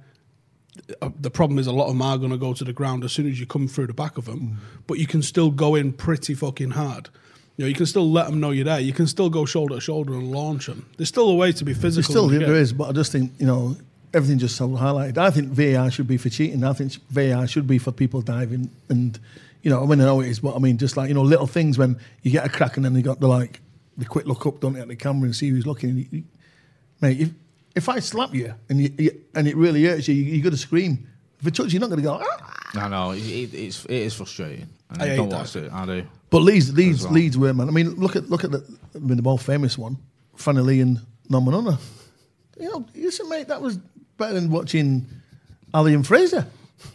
Speaker 4: uh, the problem is a lot of them are going to go to the ground as soon as you come through the back of them,
Speaker 6: Mm.
Speaker 4: but you can still go in pretty fucking hard. You know, you can still let them know you're there. You can still go shoulder to shoulder and launch them. There's still a way to be
Speaker 6: There's
Speaker 4: physical.
Speaker 6: still
Speaker 4: in the
Speaker 6: there
Speaker 4: game.
Speaker 6: is, but I just think you know everything just so highlighted. I think VAR should be for cheating. I think VAR should be for people diving, and you know I mean I know it is, but I mean just like you know little things when you get a crack and then they got the like the quick look up, don't they, at the camera and see who's looking. You- you- mate, if if I slap you and you, you, and it really hurts you, you, you got to scream. If it touches you, you're not going to go. Ah!
Speaker 5: I know. It, it, it's it is frustrating.
Speaker 4: I
Speaker 5: And
Speaker 6: Oh,
Speaker 5: I,
Speaker 4: hate
Speaker 5: don't
Speaker 4: that.
Speaker 5: watch it. I do.
Speaker 6: But Leeds, Leeds,
Speaker 5: well.
Speaker 6: Leeds were man. I mean, look at look at the I mean, the more famous one, Fanny Lee and Nomanona. You know, listen, mate, that was better than watching Ali and Fraser. You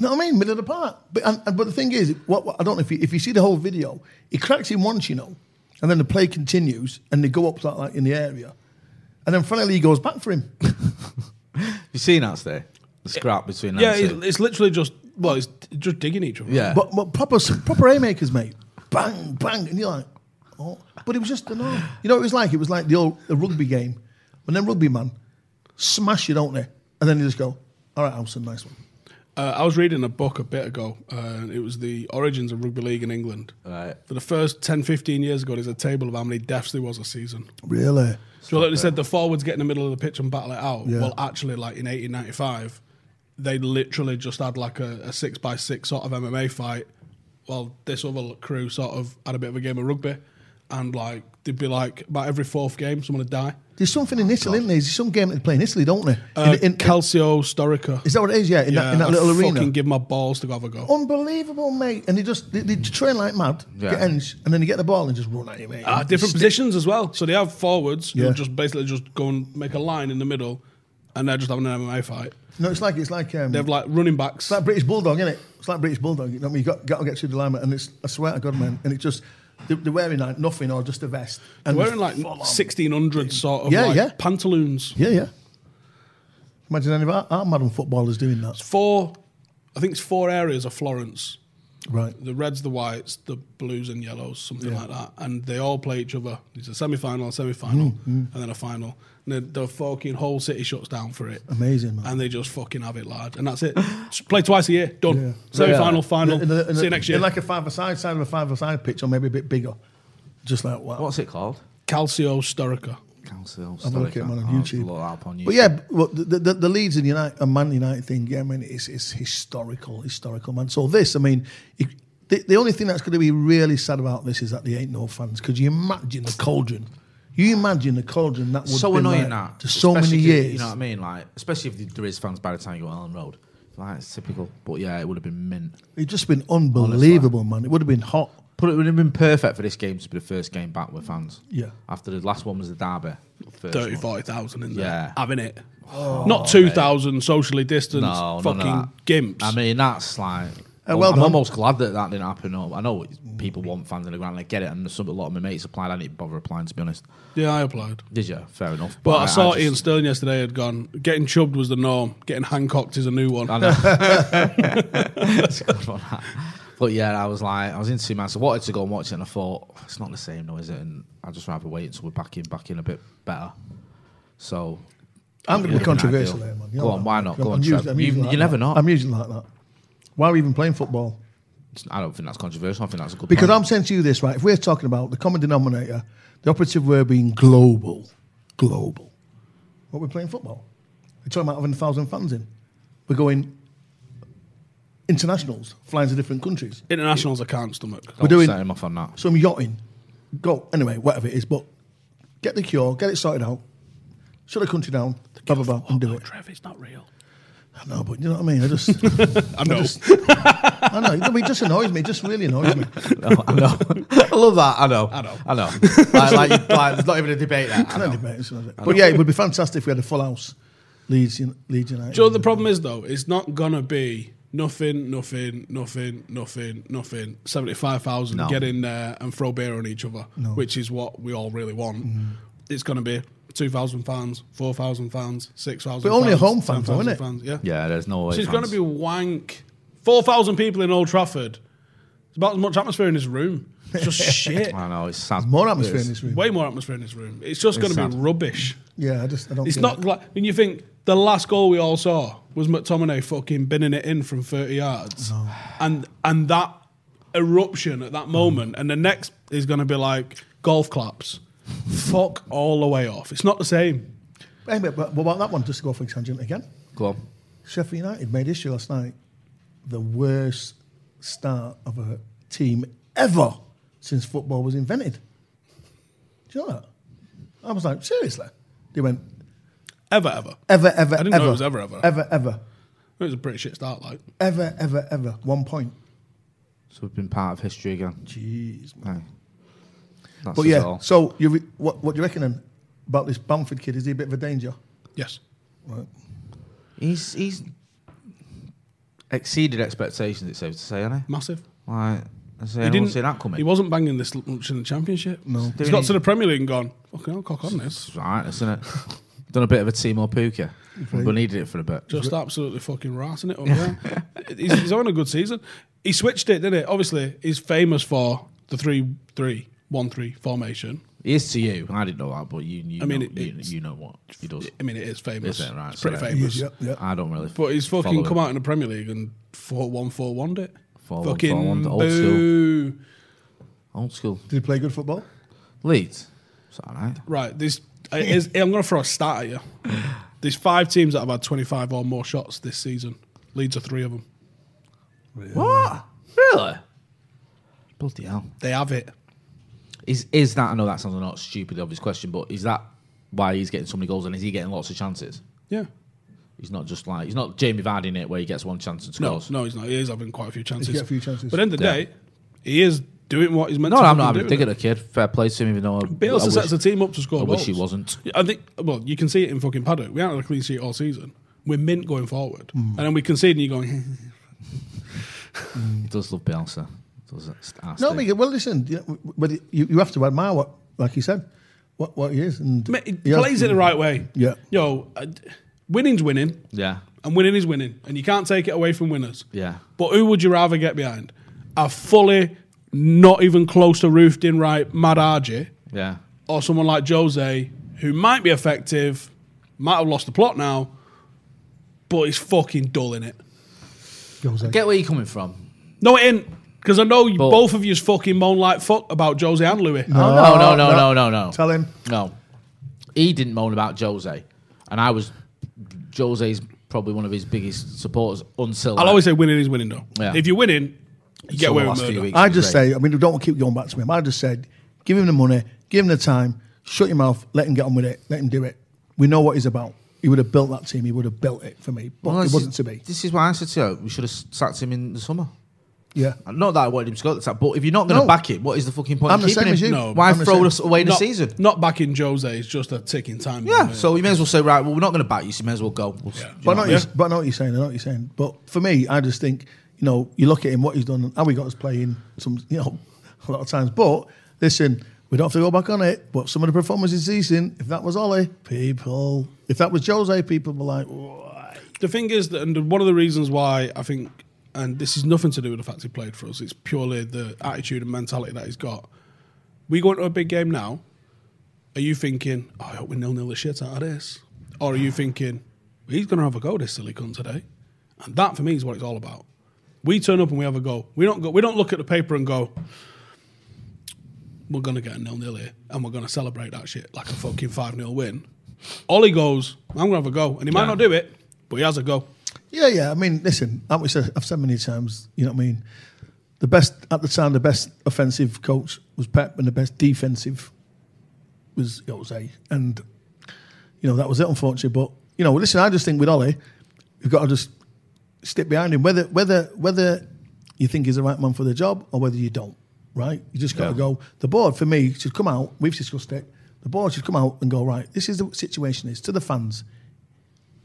Speaker 6: know what I mean? Middle of the park. But and, and- but the thing is, what, what- I don't know if you, if you see the whole video, he cracks him once, you know, and then the play continues and they go up like, like in the area, and then Fanny Lee goes back for him.
Speaker 5: You seen that today? The scrap between
Speaker 4: Yeah,
Speaker 5: them
Speaker 4: it's,
Speaker 5: two.
Speaker 4: it's literally just well, it's just digging each other.
Speaker 5: yeah.
Speaker 6: But, but proper proper haymakers, mate. Bang, bang, and you're like, oh. But it was just the norm. You know, what it was like it was like the old the rugby game when them rugby man smash you, don't they? And then they just go, all right, Alson, nice one.
Speaker 4: Uh, I was reading a book a bit ago, uh, and it was the origins of rugby league in England.
Speaker 5: Right.
Speaker 4: For the first 10, 15 years ago, there's a table of how many deaths there was a season.
Speaker 6: Really?
Speaker 4: So like they said, the forwards get in the middle of the pitch and battle it out.
Speaker 6: Yeah.
Speaker 4: Well, actually, like in 1895, they literally just had like a, a six by six sort of MMA fight. Well, this other crew sort of had a bit of a game of rugby, and like they'd be like about every fourth game, someone would die.
Speaker 6: There's something in Italy, isn't there? There's some game that they play in Italy, don't they?
Speaker 4: Uh,
Speaker 6: in, in,
Speaker 4: Calcio Storica.
Speaker 6: is that what it is? Yeah, in that, in that
Speaker 4: I'd
Speaker 6: little
Speaker 4: Fucking
Speaker 6: arena. Oh,
Speaker 4: give my balls to have a go.
Speaker 6: Unbelievable, mate. And they just they, they train like mad,
Speaker 5: Yeah.
Speaker 6: get ends, and then they get the ball and just run at you, mate.
Speaker 4: Uh,
Speaker 6: And
Speaker 4: different
Speaker 6: stick-
Speaker 4: positions as well. So they have forwards
Speaker 6: Yeah.
Speaker 4: who just basically just go and make a line in the middle, and they're just having an MMA fight.
Speaker 6: No, it's like it's like um,
Speaker 4: They have like running backs.
Speaker 6: It's like British Bulldog, isn't it? It's like British Bulldog. You know, what I mean, you got, got to get through the alignment, and it's I swear to God, man, and it just they're, they're wearing like nothing or just a vest. And
Speaker 4: Wearing like
Speaker 6: full on.
Speaker 4: 1600 sort of
Speaker 6: Yeah,
Speaker 4: like
Speaker 6: yeah.
Speaker 4: pantaloons.
Speaker 6: Yeah, yeah. Imagine any of our, our modern footballers doing that.
Speaker 4: Four, I think it's four areas of Florence
Speaker 6: Right.
Speaker 4: the reds, the whites, the blues, and yellows, something
Speaker 6: Yeah.
Speaker 4: like that. And they all play each other. It's a semi final, a semi final,
Speaker 6: Mm,
Speaker 4: and then a final. And then the fucking whole city shuts down for it.
Speaker 6: Amazing, man.
Speaker 4: And they just fucking have it, lad. And that's it. Just play twice a year, done.
Speaker 6: Yeah.
Speaker 4: Semi final,
Speaker 5: Yeah.
Speaker 4: final.
Speaker 6: In a- in a-
Speaker 4: See you next year.
Speaker 6: In like a five-a-side side of a five-a-side pitch, or maybe a bit bigger. Just like wow.
Speaker 5: What's it called?
Speaker 4: Calcio Storica.
Speaker 5: Council. Oh,
Speaker 6: Have a look at him on
Speaker 5: I'll
Speaker 6: YouTube.
Speaker 5: Look that up on YouTube.
Speaker 6: But yeah, b- well, the, the, the Leeds and United and Man United thing, yeah, I mean, it's, it's historical, historical, man. So this, I mean, it, the, the only thing that's going to be really sad about this is that there ain't no fans. Could you imagine the cauldron? You imagine the cauldron that would
Speaker 5: so
Speaker 6: be
Speaker 5: annoying
Speaker 6: like,
Speaker 5: that.
Speaker 6: to so
Speaker 5: Especially
Speaker 6: many
Speaker 5: if you-
Speaker 6: years.
Speaker 5: You know what I mean? Like, especially if there is fans by the time you go Allen Road. Like, it's typical. But yeah, it would have been mint.
Speaker 6: It'd just been unbelievable, man. It would have been hot.
Speaker 5: But it would have been perfect for this game to be the first game back with fans.
Speaker 6: Yeah.
Speaker 5: After the last one was the derby. First
Speaker 4: 30,
Speaker 5: one.
Speaker 4: 40,000 in there.
Speaker 5: Yeah.
Speaker 4: Having it.
Speaker 6: Oh,
Speaker 4: Not 2,000 socially distanced
Speaker 5: No, none of
Speaker 4: fucking
Speaker 5: that.
Speaker 4: gimps.
Speaker 5: I mean, that's like.
Speaker 6: Uh, well
Speaker 5: I'm
Speaker 6: done.
Speaker 5: almost glad that that didn't happen. No, I know it's- people want fans in the ground. I get it, and some a lot of my mates applied. I didn't bother applying, to be honest.
Speaker 4: yeah, I applied.
Speaker 5: Did you? Fair enough.
Speaker 4: But I, saw
Speaker 5: just-
Speaker 4: Ian Sterling yesterday had gone, getting chubbed was the norm, getting Hancocked is a new one.
Speaker 5: I know. It's a good one, that. But yeah, I was like, I was into man. So I wanted to go and watch it, and I thought it's not the same, though, is it? And I'd just rather wait until we're back in, back in a bit better. So
Speaker 6: I'm going to be
Speaker 5: Yeah,
Speaker 6: controversial
Speaker 5: ideal.
Speaker 6: there, man.
Speaker 5: Go
Speaker 6: know
Speaker 5: on,
Speaker 6: that.
Speaker 5: why not? Go
Speaker 6: I'm
Speaker 5: on,
Speaker 6: usually-
Speaker 5: Trev.
Speaker 6: I'm
Speaker 5: You-
Speaker 6: usually
Speaker 5: you
Speaker 6: like
Speaker 5: never
Speaker 6: that.
Speaker 5: know.
Speaker 6: I'm usually like that. Why are we even playing football?
Speaker 5: it's- I don't think that's controversial. I think that's a good.
Speaker 6: Because
Speaker 5: point.
Speaker 6: I'm saying to you this, right? If we're talking about the common denominator, the operative word being global, global. What we're playing football. We're talking about having a thousand fans in. We're going internationals, flying to different countries.
Speaker 4: Internationals I can't stomach.
Speaker 5: Don't
Speaker 6: doing-
Speaker 5: set him off on that.
Speaker 6: Some yachting. Go anyway, whatever it is. But get the cure, get it sorted out. Shut the country down. Blah blah blah, and do it.
Speaker 4: Trev, it's not real.
Speaker 6: I know, but you know what I mean. I just,
Speaker 4: I know.
Speaker 6: I know. I mean, it just annoys me. It just really annoys me.
Speaker 5: Oh, No, I know. I love that. I know. I
Speaker 4: know.
Speaker 5: I know. like, like, like, there's not even a debate there. I
Speaker 6: I don't
Speaker 5: know.
Speaker 6: debate this, I don't- But yeah, it would be fantastic if we had a full house. Leeds, Un- Leeds United.
Speaker 4: Do you know what the problem is though? It's not gonna be nothing, nothing, nothing, nothing, nothing. Seventy-five thousand
Speaker 5: No.
Speaker 4: get in there and throw beer on each other, which is what we all really want. It's gonna be two thousand fans, four thousand fans, six thousand.
Speaker 6: But only home fans though, innit?
Speaker 4: Fans, yeah.
Speaker 5: Yeah, there's no way.
Speaker 4: So it's
Speaker 5: fans.
Speaker 4: gonna be wank. Four thousand people in Old Trafford. It's about as much atmosphere in this room. It's just shit.
Speaker 5: I know. It's sad.
Speaker 6: More atmosphere
Speaker 5: It's-
Speaker 6: in this room.
Speaker 4: Way more atmosphere in this room. It's just
Speaker 5: It's
Speaker 4: gonna be
Speaker 5: sad.
Speaker 4: rubbish.
Speaker 6: Yeah, I just I don't.
Speaker 4: It's
Speaker 6: get
Speaker 4: not
Speaker 6: it.
Speaker 4: like when you think the last goal we all saw was McTominay fucking binning it in from 30 yards. And and that eruption at that moment, and the next is going to be like golf claps. Fuck all the way off. It's not the same.
Speaker 6: Anyway, but what about that one? Just to go off on a tangent again.
Speaker 5: Go on.
Speaker 6: Sheffield United made issue last night. The worst start of a team ever since football was invented. Do you know that? I was like, seriously? They went
Speaker 4: Ever, ever.
Speaker 6: ever, ever,
Speaker 4: I didn't know
Speaker 6: ever,
Speaker 4: it was ever, ever.
Speaker 6: ever, ever,
Speaker 4: It was a pretty shit start, like.
Speaker 6: ever, ever, ever. One point.
Speaker 5: So we've been part of history again.
Speaker 6: Jeez, man.
Speaker 5: Aye. That's
Speaker 6: But
Speaker 5: us
Speaker 6: yeah,
Speaker 5: all.
Speaker 6: so you re- what, what do you reckon then about this Bamford kid? Is he a bit of a danger?
Speaker 4: Yes.
Speaker 6: Right.
Speaker 5: he's he's exceeded expectations. It's safe to say, hasn't he?
Speaker 4: Massive.
Speaker 5: Like, I say,
Speaker 4: He
Speaker 5: anyone
Speaker 4: didn't
Speaker 5: see that coming.
Speaker 4: He wasn't banging this much in the championship. No. He's
Speaker 5: Doing
Speaker 4: got
Speaker 5: it-
Speaker 4: to the Premier League and gone, fucking hell, cock on this.
Speaker 5: It's right, isn't it? Done a bit of a Timo Puka. We needed it for a bit.
Speaker 4: Just absolutely fucking rassing it up. Yeah, he's, he's having a good season. He switched it, didn't he? Obviously, he's famous for the three, three, one, three formation.
Speaker 5: He is to you. I didn't know that, but you, you
Speaker 4: I mean,
Speaker 5: know,
Speaker 4: it-
Speaker 5: you,
Speaker 4: it's-
Speaker 5: you know what he does.
Speaker 4: I mean, it is famous.
Speaker 5: Is it? Right,
Speaker 4: it's pretty
Speaker 5: so-
Speaker 4: famous.
Speaker 6: Yeah, yeah.
Speaker 5: I don't really.
Speaker 4: But he's fucking
Speaker 5: follow
Speaker 4: come
Speaker 5: him.
Speaker 4: out in the Premier League and 4 1 4 1 it.
Speaker 5: 4-1,
Speaker 4: Fucking
Speaker 5: 4-1, old
Speaker 4: boo.
Speaker 5: Old school.
Speaker 6: Did he play good football?
Speaker 5: Leeds. It's all right.
Speaker 4: Right, this it is, I'm going to throw a stat at you. There's five teams that have had 25 or more shots this season. Leeds are three of them.
Speaker 5: What? Really? Bloody hell.
Speaker 4: They have it.
Speaker 5: Is is that? I know that sounds like a stupid obvious question, but is that why he's getting so many goals and is he getting lots of chances?
Speaker 4: Yeah.
Speaker 5: He's not just like he's not Jamie Vardy in it where he gets one chance and
Speaker 4: No,
Speaker 5: scores.
Speaker 4: no, he's not. He is having quite a few chances.
Speaker 6: got a few chances.
Speaker 4: But at the end of the
Speaker 5: Yeah.
Speaker 4: day, he is doing what he's meant to
Speaker 5: No, I'm
Speaker 4: fucking
Speaker 5: not having a
Speaker 4: do.
Speaker 5: dig at the kid. Fair play to him, even though I,
Speaker 4: But he also
Speaker 5: I
Speaker 4: sets the
Speaker 5: wish,
Speaker 4: team up to score
Speaker 5: I wish he
Speaker 4: goals.
Speaker 5: wasn't.
Speaker 4: I think, well, you can see it in fucking Paddock. We haven't had a clean sheet all season. We're mint going forward.
Speaker 5: Hmm.
Speaker 4: And then we concede and you're going,
Speaker 5: He does love Bielsa. Does it?
Speaker 6: No, I mean, well, listen, you, know, but you, you have to admire what, like you said, what, what he is. And
Speaker 4: Ma- he
Speaker 6: you have
Speaker 4: plays
Speaker 6: to-
Speaker 4: it the right way.
Speaker 6: Yeah.
Speaker 4: Yo, uh, winning's winning,
Speaker 5: Yeah.
Speaker 4: and winning is winning, and you can't take it away from winners.
Speaker 5: Yeah.
Speaker 4: But who would you rather get behind? A fully, not even close to roofed in right Mad Argy,
Speaker 5: Yeah.
Speaker 4: or someone like Jose, who might be effective, might have lost the plot now, but he's fucking dull in it.
Speaker 6: Jose.
Speaker 5: Get where you're coming from.
Speaker 4: No, it ain't. Because I know you
Speaker 5: But-
Speaker 4: both of yous fucking moan like fuck about Jose and Louis.
Speaker 5: No, no, no, no, no, no, no.
Speaker 6: Tell him.
Speaker 5: No. He didn't moan about Jose. And I was Jose's probably one of his biggest supporters until
Speaker 4: I'll always say winning is winning, though.
Speaker 5: Yeah.
Speaker 4: If you're winning, you get
Speaker 5: Until
Speaker 4: away
Speaker 5: the
Speaker 4: with
Speaker 5: last few
Speaker 4: murder.
Speaker 5: weeks.
Speaker 6: I
Speaker 5: He's
Speaker 6: just
Speaker 5: great.
Speaker 6: say, I mean, don't keep going back to him. I just said, give him the money, give him the time, shut your mouth, let him get on with it, let him do it. We know what he's about. He would have built that team. He would have built it for me, but
Speaker 5: Well,
Speaker 6: it
Speaker 5: this
Speaker 6: wasn't
Speaker 5: is-
Speaker 6: to be.
Speaker 5: This is why I said to you, we should have sacked him in the summer.
Speaker 6: Yeah,
Speaker 5: Not that I wanted him to go at the time, but if you're not going to
Speaker 6: No.
Speaker 5: back it, what is the fucking point
Speaker 6: I'm
Speaker 5: of
Speaker 6: the
Speaker 5: keeping
Speaker 6: same
Speaker 5: him?
Speaker 6: as you.
Speaker 4: No,
Speaker 5: Why
Speaker 6: I'm the
Speaker 5: throw
Speaker 6: same.
Speaker 5: us away in
Speaker 4: not,
Speaker 5: the season?
Speaker 4: Not backing Jose is just a ticking time bomb.
Speaker 5: Yeah, so you may as well say, right, well, we're not going to back you, so you may as well go. We'll-
Speaker 6: but I
Speaker 5: you know
Speaker 6: know,
Speaker 5: what
Speaker 6: what
Speaker 5: I
Speaker 6: you're-
Speaker 5: mean?
Speaker 6: but I know what you're saying. I know what you're saying. But for me, I just think, you know, you look at him, what he's done, and how he got us playing some, you know, a lot of times. But listen, we don't have to go back on it. But some of the performances this season, if that was Ollie, people, if that was Jose, people were like, "Why?"
Speaker 4: The thing is, that, and one of the reasons why I think, and this is nothing to do with the fact he played for us, it's purely the attitude and mentality that he's got. We go into a big game now. Are you thinking, oh, I hope we nil nil the shit out of this? Or are you thinking, he's going to have a go, this silly cunt today? And that for me is what it's all about. We turn up and we have a go. We don't go. We don't look at the paper and go, we're going to get a nil nil here and we're going to celebrate that shit like a fucking 5 0 win. Ollie goes, I'm going to have a go. And he might
Speaker 5: Yeah.
Speaker 4: not do it, but he has a go.
Speaker 6: Yeah, yeah. I mean, listen, like we said, I've said many times, you know what I mean? The best, at the time, the best offensive coach was Pep and the best defensive was Jose. And, you know, that was it, unfortunately. But, you know, listen, I just think with Ollie, you've got to just stick behind him, whether, whether, whether you think he's the right man for the job or whether you don't, right? You just got to
Speaker 5: Yeah.
Speaker 6: go. The board, for me, should come out, we've discussed it, the board should come out and go, right, this is the situation is to the fans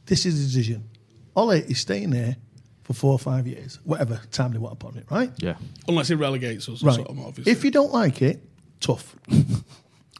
Speaker 6: this is the decision. Ollie is staying there for four or five years, whatever time they want upon it, right?
Speaker 5: Yeah.
Speaker 4: Unless he relegates us or
Speaker 6: Right.
Speaker 4: something, obviously.
Speaker 6: If you don't like it, tough.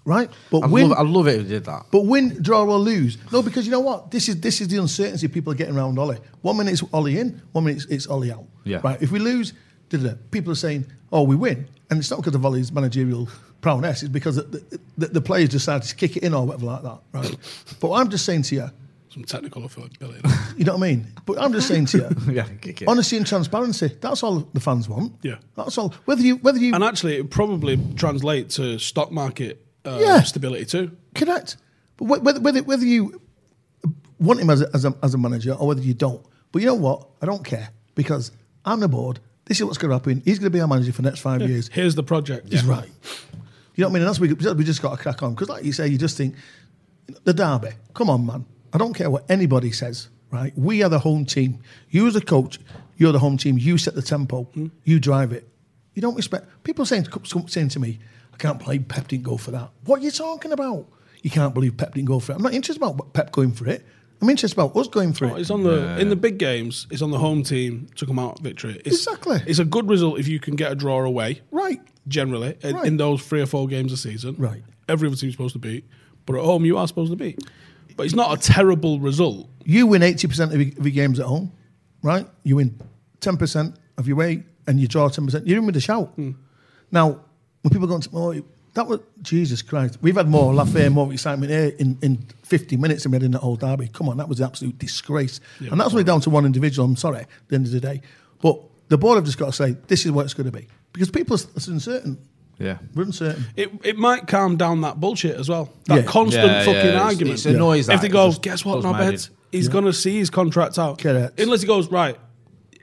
Speaker 6: right? But
Speaker 5: I'd
Speaker 6: win
Speaker 5: love, I'd love it if he did that.
Speaker 6: but win, draw or lose. No, because you know what? This is this is the uncertainty people are getting around Ollie. One minute it's Ollie in, one minute it's, it's Ollie out.
Speaker 5: Yeah.
Speaker 6: Right. If we lose, da-da-da, people are saying, "Oh, we win," and it's not because of Ollie's managerial prowess. It's because the, the, the, the players decided to kick it in or whatever like that. Right. but I'm just saying to you,
Speaker 4: Some technical affordability.
Speaker 6: you know what I mean? But I'm just saying to you,
Speaker 5: Yeah, kick it.
Speaker 6: honesty and transparency. That's all the fans want.
Speaker 4: Yeah.
Speaker 6: that's all. Whether you whether you
Speaker 4: and actually, it would probably translate to stock market uh,
Speaker 6: Yeah.
Speaker 4: stability too.
Speaker 6: connect, but wh- whether whether whether you want him as a, as a as a manager or whether you don't. But you know what? I don't care because I'm the board. This is what's going to happen. He's going to be our manager for the next five years.
Speaker 4: Here's the project.
Speaker 6: He's right. You know what I mean? And that's what we, we just got to crack on because, like you say, you just think the derby. Come on, man. I don't care what anybody says. Right? We are the home team. You as a coach, you're the home team. You set the tempo. You drive it. You don't respect people saying saying to me, "I can't believe Pep didn't go for that." What are you talking about? You can't believe Pep didn't go for it. I'm not interested about what Pep going for it. I'm interested about us going for
Speaker 4: Well,
Speaker 6: it.
Speaker 4: It's on the in the big games. It's on the home team to come out victory. It's,
Speaker 6: Exactly.
Speaker 4: It's a good result if you can get a draw away.
Speaker 6: Right.
Speaker 4: Generally, in,
Speaker 6: Right.
Speaker 4: in those three or four games a season.
Speaker 6: Right.
Speaker 4: Every other team's supposed to beat, but at home you are supposed to beat. But it's not a terrible result.
Speaker 6: you win 80% of your, of your games at home, right? You win 10% of your way and you draw 10%. You're in with a shout. Now, when people go, and say, oh, That was Jesus Christ. We've had more laughter, more excitement here in, in 50 minutes than we had in the whole derby. Come on, that was an absolute disgrace. and that's only down to one individual. I'm sorry. At the end of the day, but the board have just got to say this is what it's going to be because people are s- uncertain.
Speaker 5: Yeah.
Speaker 6: We're uncertain.
Speaker 4: It, it might calm down that bullshit as well. That
Speaker 6: Yeah.
Speaker 4: constant
Speaker 5: Yeah, yeah,
Speaker 4: fucking
Speaker 5: it's-
Speaker 4: argument.
Speaker 5: it's annoys
Speaker 4: If
Speaker 5: that,
Speaker 4: they
Speaker 5: it
Speaker 4: go,
Speaker 5: just
Speaker 4: guess what,
Speaker 5: goes mad,
Speaker 4: knobheads? He's going to see his contract out.
Speaker 6: Correct.
Speaker 4: Unless he goes, right,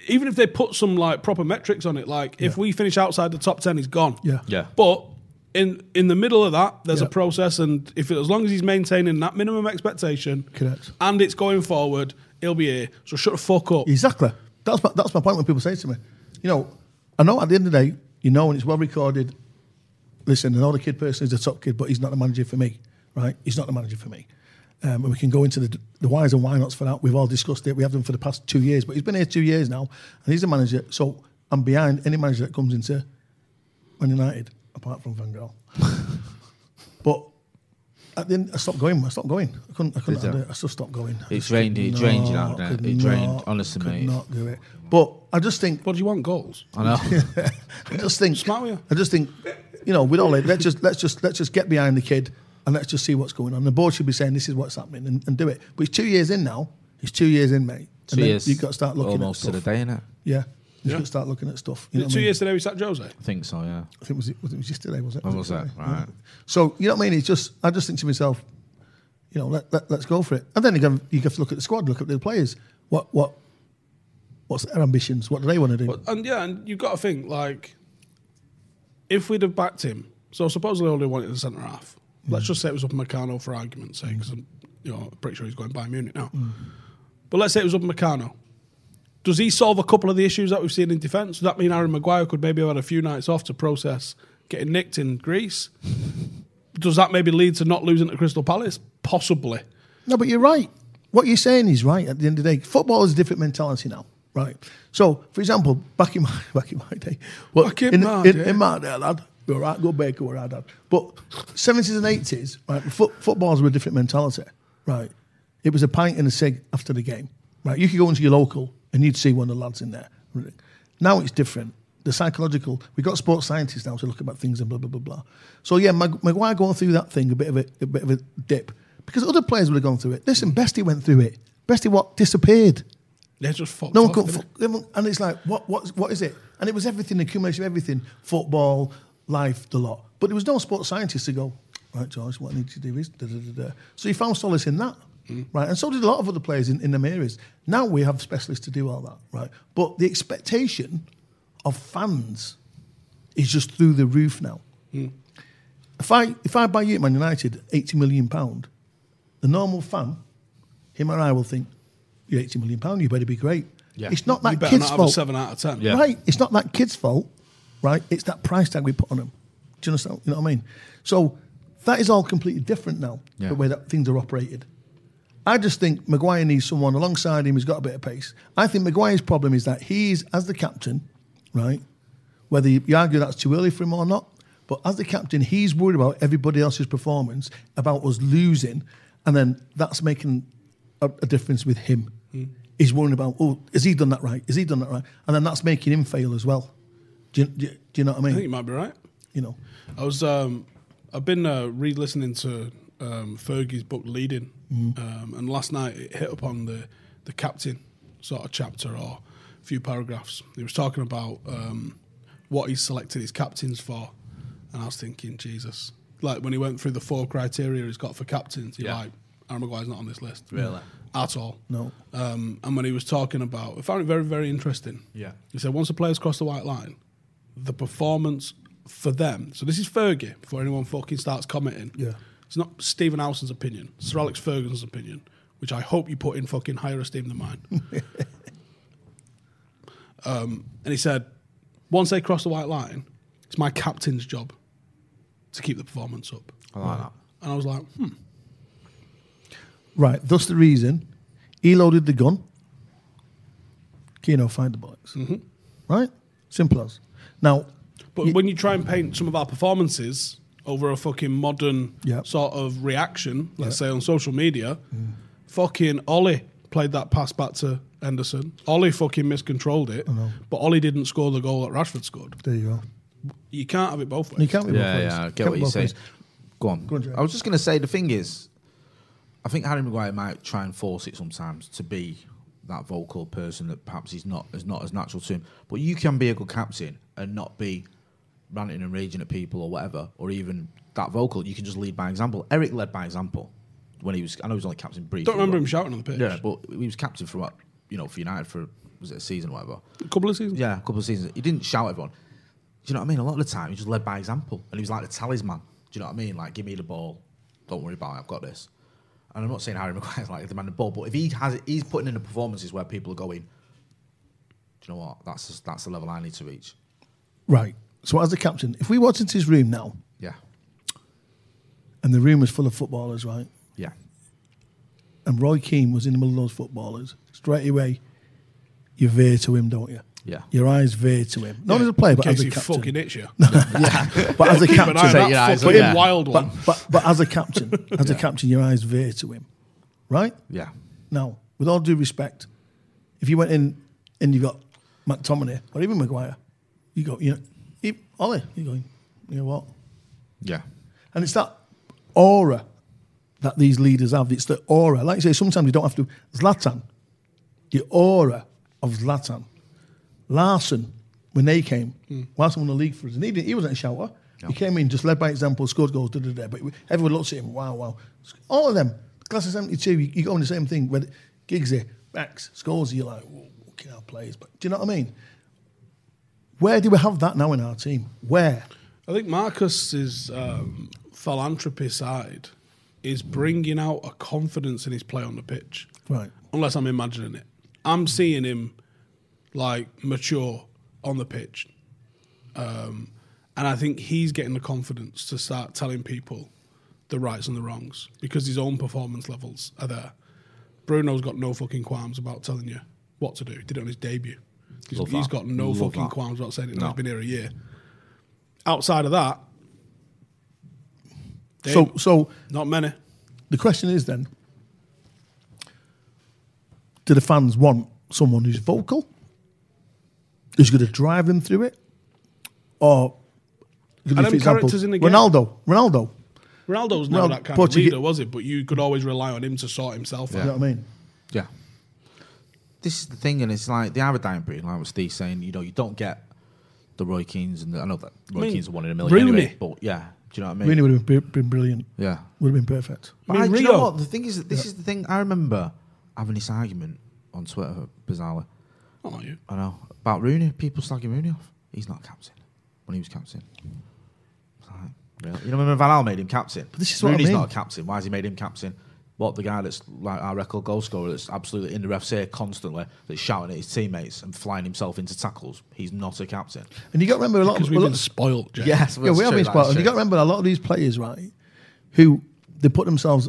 Speaker 4: even if they put some like proper metrics on it, like if we finish outside the top 10, he's gone.
Speaker 6: Yeah.
Speaker 5: Yeah.
Speaker 4: But in in the middle of that, there's
Speaker 6: Yeah.
Speaker 4: a process. And if as long as he's maintaining that minimum expectation
Speaker 6: Correct.
Speaker 4: and it's going forward, he'll be here. So shut the fuck up.
Speaker 6: Exactly. That's my, that's my point when people say to me, you know, I know at the end of the day, you know, and it's well recorded. Listen, I know the kid person is the top kid, but he's not the manager for me, right? He's not the manager for me. Um, and we can go into the, the whys and why nots for that. We've all discussed it. We have them for the past two years, but he's been here two years now, and he's the manager. So I'm behind any manager that comes into Man United, apart from Van Gaal. but at the end, I stopped going. I stopped going. I couldn't. I couldn't.
Speaker 5: Did you?
Speaker 6: handle it. I just stopped going. I
Speaker 5: It
Speaker 6: just
Speaker 5: drained you, it
Speaker 6: could
Speaker 5: drained you
Speaker 6: not,
Speaker 5: out,
Speaker 6: could
Speaker 5: didn't it? It drained,
Speaker 6: not,
Speaker 5: honestly,
Speaker 6: could
Speaker 5: mate.
Speaker 6: Not do it. But I just think.
Speaker 4: What do you want, goals?
Speaker 5: I know.
Speaker 6: I just think.
Speaker 4: Smart with you.
Speaker 6: I just think. You know, with all that, let's just let's just let's just get behind the kid and let's just see what's going on. The board should be saying this is what's happening and, and do it. But it's two years in now. It's two years in, mate.
Speaker 5: Two years.
Speaker 6: You've got to start looking
Speaker 5: almost
Speaker 6: at
Speaker 5: to
Speaker 6: stuff.
Speaker 5: the day, innit?
Speaker 6: Yeah. You've
Speaker 4: Yeah.
Speaker 6: got to start looking at stuff. You know
Speaker 4: Is it
Speaker 6: what I
Speaker 4: two
Speaker 6: mean?
Speaker 4: years today we sat Jose.
Speaker 5: I think so. Yeah.
Speaker 6: I think was it was it was yesterday, was it?
Speaker 5: When was that? Right.
Speaker 6: So you know what I mean? It's just I just think to myself, you know, let, let us go for it. And then again, you have to look at the squad, look at the players. What what what's their ambitions? What do they want to do?
Speaker 4: But and yeah, and you've got to think like if we'd have backed him. So supposedly all they wanted is a centre half. Let's just say it was up in Meccano for argument's sake, because I'm you know I'm pretty sure he's going by Munich now.
Speaker 6: Mm.
Speaker 4: But let's say it was up in Meccano. Does he solve a couple of the issues that we've seen in defence? Does that mean Aaron Maguire could maybe have had a few nights off to process getting nicked in Greece? Does that maybe lead to not losing to Crystal Palace? Possibly.
Speaker 6: No, but you're right. What you're saying is right. At the end of the day, football is a different mentality now, right? So, for example, back in my back in my day, well,
Speaker 4: Back in
Speaker 6: in,
Speaker 4: my
Speaker 6: in,
Speaker 4: day.
Speaker 6: in my day, lad, you're right. Go back, go right, lad. But 70s and 80s, right? Foot, footballers were a different mentality, right? It was a pint and a cig after the game, right? You could go into your local and you'd see one of the lads in there. Really. Now it's different. The psychological, we got sports scientists now to look about things and blah blah blah blah. So yeah, Mag- Maguire going through that thing a bit of a, a bit of a dip because other players would have gone through it. Listen, Bestie went through it. Bestie what disappeared.
Speaker 4: They're just fucked.
Speaker 6: No one
Speaker 4: off,
Speaker 6: could,
Speaker 4: didn't
Speaker 6: fu- everyone- and it's like what what what is it? And it was everything, accumulation of everything, football, life, the lot. But there was no sports scientist to go, right, George, what I need to do is da da da da. So you found solace in that. Right, and so did a lot of other players in, in them areas. Now we have specialists to do all that, right? But the expectation of fans is just through the roof now. If I if I buy you at Man United eighty million pound, the normal fan, him or I will think, "You're eighty million pound. You better be great."
Speaker 5: Yeah.
Speaker 6: It's not
Speaker 4: they? You
Speaker 6: that
Speaker 4: better
Speaker 6: kid's
Speaker 4: not have a
Speaker 6: fault,
Speaker 4: seven out of ten.
Speaker 5: Yeah.
Speaker 6: right? It's not that kid's fault, right? It's that price tag we put on them. Do you understand? You know what I mean? So that is all completely different now.
Speaker 5: Yeah.
Speaker 6: The way that things are operated. I just think Maguire needs someone alongside him who's got a bit of pace. I think Maguire's problem is that he's, as the captain, right? Whether you you argue that's too early for him or not, but as the captain, he's worried about everybody else's performance, about us losing, and then that's making a, a difference with him. He's worrying about, oh, has he done that right? Has he done that right? And then that's making him fail as well. Do you, do you, do you know what I mean?
Speaker 4: I think you might be right.
Speaker 6: you know,
Speaker 4: I was um, I've been uh, re-listening to um, Fergie's book Leading,
Speaker 5: Mm.
Speaker 4: um, and last night it hit upon the the captain sort of chapter or a few paragraphs. He was talking about um, what he's selected his captains for, and I was thinking, Jesus, like when he went through the four criteria he's got for captains, you're
Speaker 5: Yeah.
Speaker 4: like, "Oh Aaron Maguire's not on this list,
Speaker 5: Really?
Speaker 4: at all.
Speaker 6: No.
Speaker 4: Um, and when he was talking about, I found it very, very interesting.
Speaker 5: Yeah.
Speaker 4: He said once the players cross the white line, the performance for them. So this is Fergie before anyone fucking starts commenting.
Speaker 6: Yeah.
Speaker 4: It's not Stephen Allison's opinion. It's Sir Alex Ferguson's opinion, which I hope you put in fucking higher esteem than mine. um, and he said, once they cross the white line, it's my captain's job to keep the performance up.
Speaker 5: I like that.
Speaker 4: And I was like, hmm.
Speaker 6: right. Thus the reason he loaded the gun. Keno find the box, right? Simple as. Now,
Speaker 4: But when you try and paint some of our performances over a fucking modern
Speaker 6: Yeah.
Speaker 4: sort of reaction, let's say on social media, fucking Ollie played that pass back to Henderson. Ollie fucking miscontrolled it, but Ollie didn't score the goal that Rashford scored.
Speaker 6: there you go.
Speaker 4: You can't have it both ways.
Speaker 6: You can't be both
Speaker 5: yeah,
Speaker 6: ways.
Speaker 5: yeah, I
Speaker 6: Can't
Speaker 5: get what
Speaker 6: be
Speaker 5: you
Speaker 6: both
Speaker 5: say.
Speaker 6: ways.
Speaker 5: Go on.
Speaker 6: Go on, Jay.
Speaker 5: I was just going to say the thing is, I think Harry Maguire might try and force it sometimes to be that vocal person that perhaps is not is not as natural to him. But you can be a good captain and not be ranting and raging at people or whatever, or even that vocal. You can just lead by example. Eric led by example when he was. I know he was only captain briefly.
Speaker 4: Don't remember
Speaker 5: but-
Speaker 4: him shouting on the pitch.
Speaker 5: Yeah, but he was captain for what you know for United for was it a season or whatever.
Speaker 4: A couple of seasons.
Speaker 5: Yeah, a couple of seasons. He didn't shout at everyone. Do you know what I mean? A lot of the time, he just led by example, and he was like the talisman. Do you know what I mean? Like, give me the ball. Don't worry about it. I've got this. And I'm not saying Harry Maguire's like the man the ball, but if he has, he's putting in the performances where people are going. Do you know what? That's just, that's the level I need to reach.
Speaker 6: Right. So as the captain, if we walked into his room now
Speaker 5: Yeah,
Speaker 6: and the room was full of footballers, right,
Speaker 5: yeah,
Speaker 6: and Roy Keane was in the middle of those footballers, straight away, you veer to him, don't you?
Speaker 5: Yeah.
Speaker 6: Your eyes veer to him. Not as a player, but
Speaker 4: in
Speaker 6: as
Speaker 4: case
Speaker 6: a
Speaker 4: he
Speaker 6: captain.
Speaker 4: fucking hits you.
Speaker 6: but as a
Speaker 4: Keep an
Speaker 6: captain,
Speaker 4: eye on
Speaker 5: Take your
Speaker 4: that
Speaker 5: eyes
Speaker 4: fucking
Speaker 5: off, yeah.
Speaker 4: wild one.
Speaker 6: but, but, but as a captain, as a captain, your eyes veer to him, right?
Speaker 5: yeah,
Speaker 6: Now, with all due respect, if you went in and you got McTominay or even Maguire, you go, you know, he- Ollie, you're going, you know what?
Speaker 5: yeah,
Speaker 6: And it's that aura that these leaders have. It's the aura. Like I say, sometimes you don't have to. Zlatan, the aura of Zlatan. Larson, when they came, Larson won the league for us. And he, didn't, he wasn't a shouter. He came in, just led by example, scored goals, da da da. But everyone looks at him, wow, wow. All of them, class of 72, you, you go on the same thing. When Giggsy, backs, scores, you're like, whoa, fucking hell, players. But do you know what I mean? Where do we have that now in our team? Where?
Speaker 4: I think Marcus's um, philanthropy side is bringing out a confidence in his play on the pitch.
Speaker 6: Right.
Speaker 4: Unless I'm imagining it, I'm seeing him like mature on the pitch, um, and I think he's getting the confidence to start telling people the rights and the wrongs because his own performance levels are there. Bruno's got no fucking qualms about telling you what to do. He did it on his debut. He's-
Speaker 5: Love
Speaker 4: he's
Speaker 5: that.
Speaker 4: got no
Speaker 5: Love
Speaker 4: fucking
Speaker 5: that.
Speaker 4: qualms about saying it.
Speaker 5: No.
Speaker 4: He's been here a year outside of that, they-
Speaker 6: So, so
Speaker 4: not many.
Speaker 6: The question is then do the fans want someone who's vocal, who's going to drive them through it? Or, give you
Speaker 4: Are them
Speaker 6: for example,
Speaker 4: characters in the game-
Speaker 6: Ronaldo, Ronaldo,
Speaker 4: Ronaldo was never
Speaker 6: Well,
Speaker 4: that kind of
Speaker 6: Portuguese-
Speaker 4: leader, was it? But you could always rely on him to sort himself
Speaker 6: you know
Speaker 4: out.
Speaker 6: what I mean?
Speaker 5: yeah. This is the thing, and it's like the other dying breed, like what Steve's saying. You know, you don't get the Roy Keanes, and the, I know that Roy
Speaker 4: mean,
Speaker 5: Keane's one in a million.
Speaker 4: Rooney.
Speaker 5: Anyway, but yeah, do you know what I mean?
Speaker 6: Rooney would have been, been brilliant,
Speaker 5: Yeah.
Speaker 6: would have been perfect.
Speaker 5: But
Speaker 4: mean,
Speaker 5: I- do you know
Speaker 4: Rio-
Speaker 5: what? The thing is, that this is the thing. I remember having this argument on Twitter, bizarrely.
Speaker 4: Not like you.
Speaker 5: I know about Rooney. People slagging Rooney off. He's not captain when he was captain. It's like, really? You know, remember Van Al made him captain. But
Speaker 6: this is what I
Speaker 5: Rooney's
Speaker 6: mean.
Speaker 5: not a captain. Why has he made him captain? What the guy that's like our record goal scorer that's absolutely in the ref's ear constantly, that's shouting at his teammates and flying himself into tackles. He's not a captain.
Speaker 6: And you got to remember a lot of
Speaker 4: Because we've
Speaker 6: a
Speaker 4: been
Speaker 6: lot-
Speaker 4: spoiled, Jack.
Speaker 5: Yes,
Speaker 6: yeah, we have been spoiled. And you got to remember a lot of these players, right, who they put themselves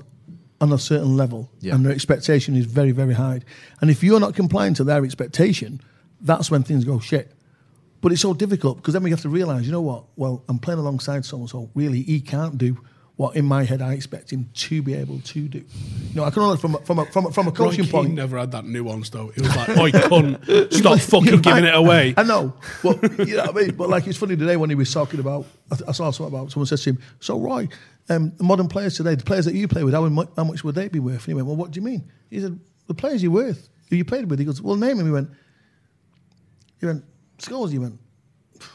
Speaker 6: on a certain level
Speaker 5: Yeah.
Speaker 6: and their expectation is very, very high. And if you're not complying to their expectation, that's when things go shit. But it's so difficult because then we have to realise, you know what? Well, I'm playing alongside someone, so really he can't do what in my head I expect him to be able to do. No, I can only from a, from a, from a, from a
Speaker 4: Roy
Speaker 6: coaching
Speaker 4: Keane
Speaker 6: point.
Speaker 4: never had that nuance though. It was like, "Oi, cunt, stop
Speaker 6: You're
Speaker 4: fucking
Speaker 6: right.
Speaker 4: giving it away."
Speaker 6: I know. Well, you know what I mean? But like, it's funny today when he was talking about, I, th- I saw something about, someone says to him, So, Roy, um, the modern players today, the players that you play with, how, mu- how much would they be worth? And he went, Well, what do you mean? He said, The players you're worth, who you played with. He goes, Well, name him. He went, He went, Scores. He went,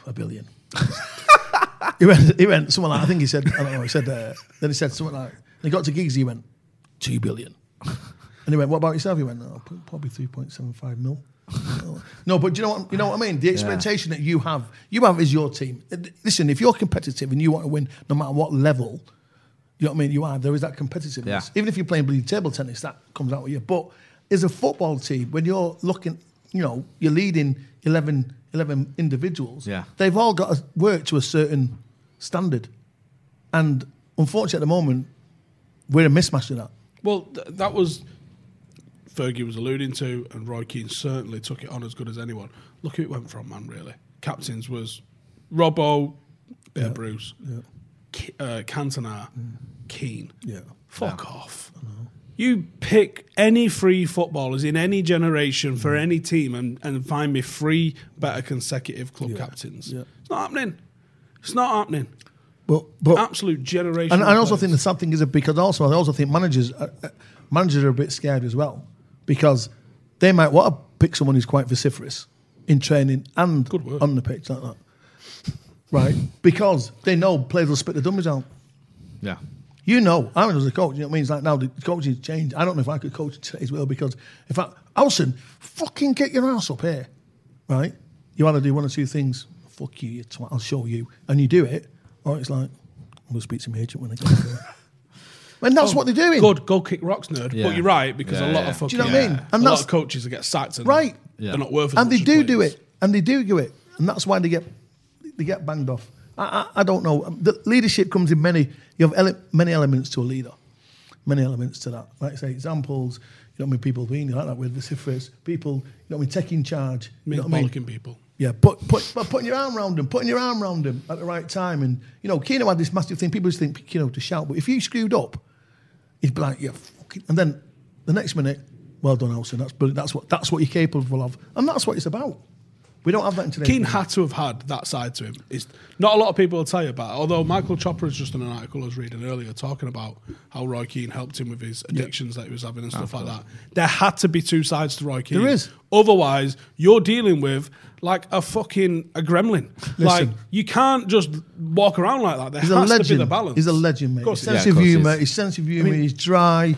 Speaker 6: A billion. he went, he went, someone like, I think he said, I don't know, he said, uh, then he said something like, and he got to gigs, he went, two billion. And he went, what about yourself? He went, oh, p- probably 3.75 mil. no, but do you know what, you know what I mean? The expectation that you have, you have is your team. Uh, th- Listen, if you're competitive and you want to win no matter what level, you know what I mean? You are, there is that competitiveness.
Speaker 5: Yeah.
Speaker 6: Even if you're playing bloody table tennis, that comes out with you. But as a football team, when you're looking, you know, you're leading 11, 11 individuals,
Speaker 5: Yeah.
Speaker 6: they've all got to work to a certain standard. And unfortunately, at the moment, we're a mismatch of that.
Speaker 4: Well, th- that was Fergie was alluding to, and Roy Keane certainly took it on as good as anyone. Look who it went from, man. Really, captains was Robbo, Bear Bruce, Ke- uh, Cantona, Keane.
Speaker 6: Mm. Yeah.
Speaker 4: Fuck off. You pick any three footballers in any generation for
Speaker 6: Mm.
Speaker 4: any team and, and find me three better consecutive club captains. It's not happening. It's not happening.
Speaker 6: But but
Speaker 4: Absolute generation.
Speaker 6: And, and I also think the sad thing is that because also I also think managers are, uh, managers are a bit scared as well because they might want to pick someone who's quite vociferous in training and
Speaker 4: Good word.
Speaker 6: on the pitch like that, right? Because they know players will spit the dummies out.
Speaker 5: Yeah.
Speaker 6: You know, I mean, as a coach, you know what I mean. It's like now the coaching's changed. I don't know if I could coach today as well because if I, Alson, fucking get your ass up here, right? You want to do one or two things. Fuck you, you twat. I'll show you, and you do it. Or it's like I'm gonna speak to my agent when I get there. and that's what they're doing,
Speaker 4: Oh, Good, go kick rocks, nerd.
Speaker 5: Yeah.
Speaker 4: But you're right because a
Speaker 5: Yeah,
Speaker 4: lot
Speaker 5: yeah.
Speaker 4: of fucking,
Speaker 6: Do you know what I mean?
Speaker 4: A
Speaker 6: And
Speaker 4: lot
Speaker 6: that's-
Speaker 4: of coaches that get sacked and
Speaker 6: right?
Speaker 5: Yeah.
Speaker 4: they're not worth. as
Speaker 6: And they
Speaker 4: much as
Speaker 6: do do
Speaker 4: players.
Speaker 6: it, and they do do it, and that's why they get they get banged off. I, I, I don't know. The leadership comes in many. You have ele- many elements to a leader, many elements to that. Like I say, examples. You know what I mean? People being like that with vociferous people. You know what I mean? Taking charge. You
Speaker 4: Mean
Speaker 6: know what I mean?
Speaker 4: bollocking people.
Speaker 6: Yeah, put, put, but putting your arm around them, putting your arm around them at the right time. And, you know, Keno had this massive thing. People just think Keno to shout, but if you screwed up, he'd be like, yeah, fucking. And then the next minute, well done, Alson. That's brilliant. That's what, that's what you're capable of. And that's what it's about. We don't have that in today's
Speaker 4: Keane
Speaker 6: game.
Speaker 4: had to have had that side to him. It's not a lot of people will tell you about. It. Although Michael Chopper has just done an article I was reading earlier talking about how Roy Keane helped him with his addictions that he was
Speaker 5: Ah,
Speaker 4: having and stuff like that. There had to be two sides to Roy Keane.
Speaker 6: There is.
Speaker 4: Otherwise, you're dealing with like a fucking a gremlin. like
Speaker 6: Listen.
Speaker 4: you can't just walk around like that. There
Speaker 6: He's a
Speaker 4: has to be the
Speaker 6: legend.
Speaker 4: balance.
Speaker 6: He's a legend, mate.
Speaker 4: Of course
Speaker 6: His
Speaker 4: he is.
Speaker 6: sense
Speaker 5: Yeah,
Speaker 6: of
Speaker 5: of course he
Speaker 6: humour,
Speaker 5: is.
Speaker 6: his sense of humour, he's dry.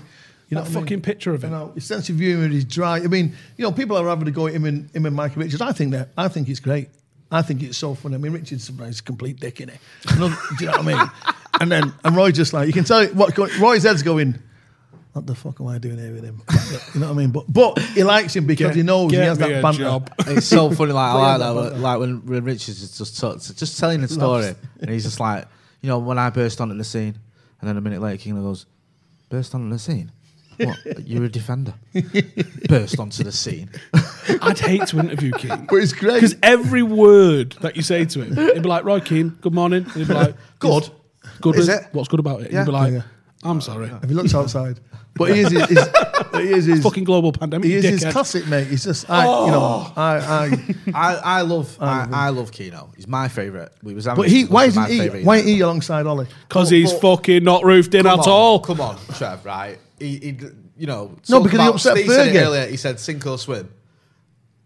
Speaker 6: You know
Speaker 4: That
Speaker 6: what I mean?
Speaker 4: fucking picture of
Speaker 6: You
Speaker 4: him.
Speaker 6: know, his sense of humour is dry. I mean, you know, people are having to go at him and him and Michael Richards. I think that I think he's great. I think it's so funny. I mean, Richards is a complete dick in it. do you know what I mean? And then and Roy just like you can tell what go- Roy's head's going. What the fuck am I doing here with him? You know what I mean? But but he likes him because
Speaker 4: Get-
Speaker 6: he knows he
Speaker 4: get
Speaker 6: has
Speaker 4: me
Speaker 6: that
Speaker 4: a
Speaker 6: banter.
Speaker 4: job.
Speaker 5: It's so funny. Like I
Speaker 6: Play
Speaker 5: like
Speaker 6: on
Speaker 5: that.
Speaker 6: that
Speaker 5: when-
Speaker 6: button.
Speaker 5: Like when when Richards is just t- just telling the story, and he's just like, you know, when I burst onto the scene, and then a minute later, King goes, burst onto the scene. What? You're a defender. burst onto the scene.
Speaker 4: I'd hate to interview Keane.
Speaker 6: But it's great.
Speaker 4: Because every word that you say to him, he'd be like, Roy Keane, good morning. And he'd be like,
Speaker 5: Good.
Speaker 4: Good.
Speaker 5: Is
Speaker 4: Is
Speaker 5: it?
Speaker 4: What's good about it? And
Speaker 5: Yeah.
Speaker 4: He'd be like,
Speaker 6: Yeah.
Speaker 4: I'm sorry.
Speaker 6: Have you looked outside? But he is his, his, he is his
Speaker 4: Fucking global pandemic.
Speaker 6: He is
Speaker 4: you
Speaker 6: his
Speaker 4: dickhead. Oh!
Speaker 6: classic, mate. He's just I, you know, I, I.
Speaker 5: I, I love I, I love Keno. He's my favourite. We was having
Speaker 6: But
Speaker 5: this
Speaker 6: he, why
Speaker 5: discussion,
Speaker 6: isn't
Speaker 5: my
Speaker 6: he?
Speaker 5: favourite.
Speaker 6: Why ain't he alongside Ollie?
Speaker 4: Because
Speaker 5: But-
Speaker 4: he's
Speaker 5: but-
Speaker 4: fucking not roofed in
Speaker 5: Come
Speaker 4: at
Speaker 5: on,
Speaker 4: all.
Speaker 5: Come on, Trev. Right? He, he you know.
Speaker 6: No,
Speaker 5: talk
Speaker 6: because he
Speaker 5: about-
Speaker 6: upset
Speaker 5: Steve said it
Speaker 6: Fergie.
Speaker 5: earlier. He said sink or swim.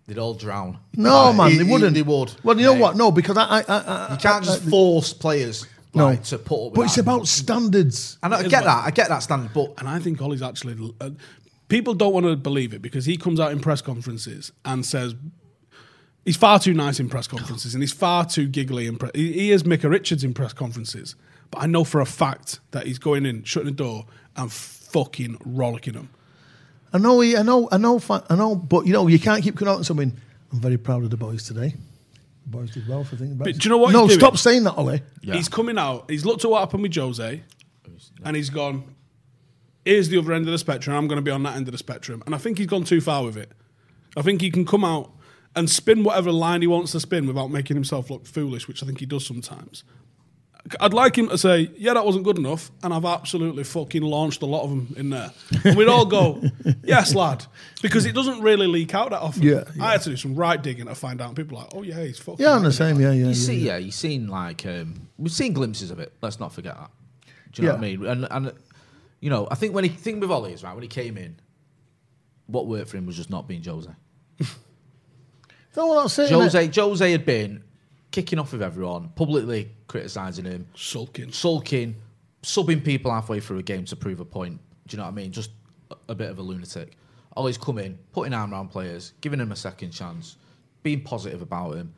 Speaker 5: They'd all drown.
Speaker 6: No,
Speaker 5: Like,
Speaker 6: man,
Speaker 5: he-
Speaker 6: they
Speaker 5: he-
Speaker 6: wouldn't.
Speaker 5: They would.
Speaker 6: Well, you know
Speaker 5: mate.
Speaker 6: what? No, because I, I, I, I
Speaker 5: You can't just force players
Speaker 6: Uh, no.
Speaker 5: like, to put up. with
Speaker 6: but it's
Speaker 5: that.
Speaker 6: about standards.
Speaker 5: I, know, I get that. I get that standard, but
Speaker 4: And I think Ollie's actually. Uh, people don't want to believe it because he comes out in press conferences and says. He's far too nice in press conferences and he's far too giggly in press. He he is Micah Richards in press conferences, but I know for a fact that he's going in, shutting the door, and fucking rollicking them.
Speaker 6: I know, he, I know, I know, fa- I know. But you know, you can't keep coming out and something. I'm very proud of the boys today. The boys did well for thinking about.
Speaker 4: But
Speaker 6: it."
Speaker 4: do you know what
Speaker 6: No,
Speaker 4: he's doing?
Speaker 6: stop saying that, Ollie.
Speaker 4: He's coming out. He's looked at what happened with Jose, and he's gone. Here's the other end of the spectrum. I'm going to be on that end of the spectrum, and I think he's gone too far with it. I think he can come out and spin whatever line he wants to spin without making himself look foolish, which I think he does sometimes. I'd like him to say, "Yeah, that wasn't good enough," and I've absolutely fucking launched a lot of them in there, and we'd all go, "Yes, lad," because it doesn't really leak out that often.
Speaker 6: Yeah, yeah.
Speaker 4: I had to do some right digging to find out. And people are like, "Oh yeah, he's fucking."
Speaker 6: Yeah, I'm the same. Yeah, yeah.
Speaker 5: you
Speaker 6: yeah,
Speaker 5: see,
Speaker 6: yeah.
Speaker 5: yeah, you've seen like um, we've seen glimpses of it. Let's not forget that. Do you know
Speaker 6: Yeah.
Speaker 5: what I mean? And and you know, I think when he thing with Ollie is right when he came in, what worked for him was just not being Jose.
Speaker 6: No, well, that's it. innit?
Speaker 5: Jose Jose had been kicking off with everyone, publicly criticising him,
Speaker 4: sulking."
Speaker 5: sulking, subbing people halfway through a game to prove a point. Do you know what I mean? Just a, a bit of a lunatic. Always coming, putting arm around players, giving them a second chance, being positive about him,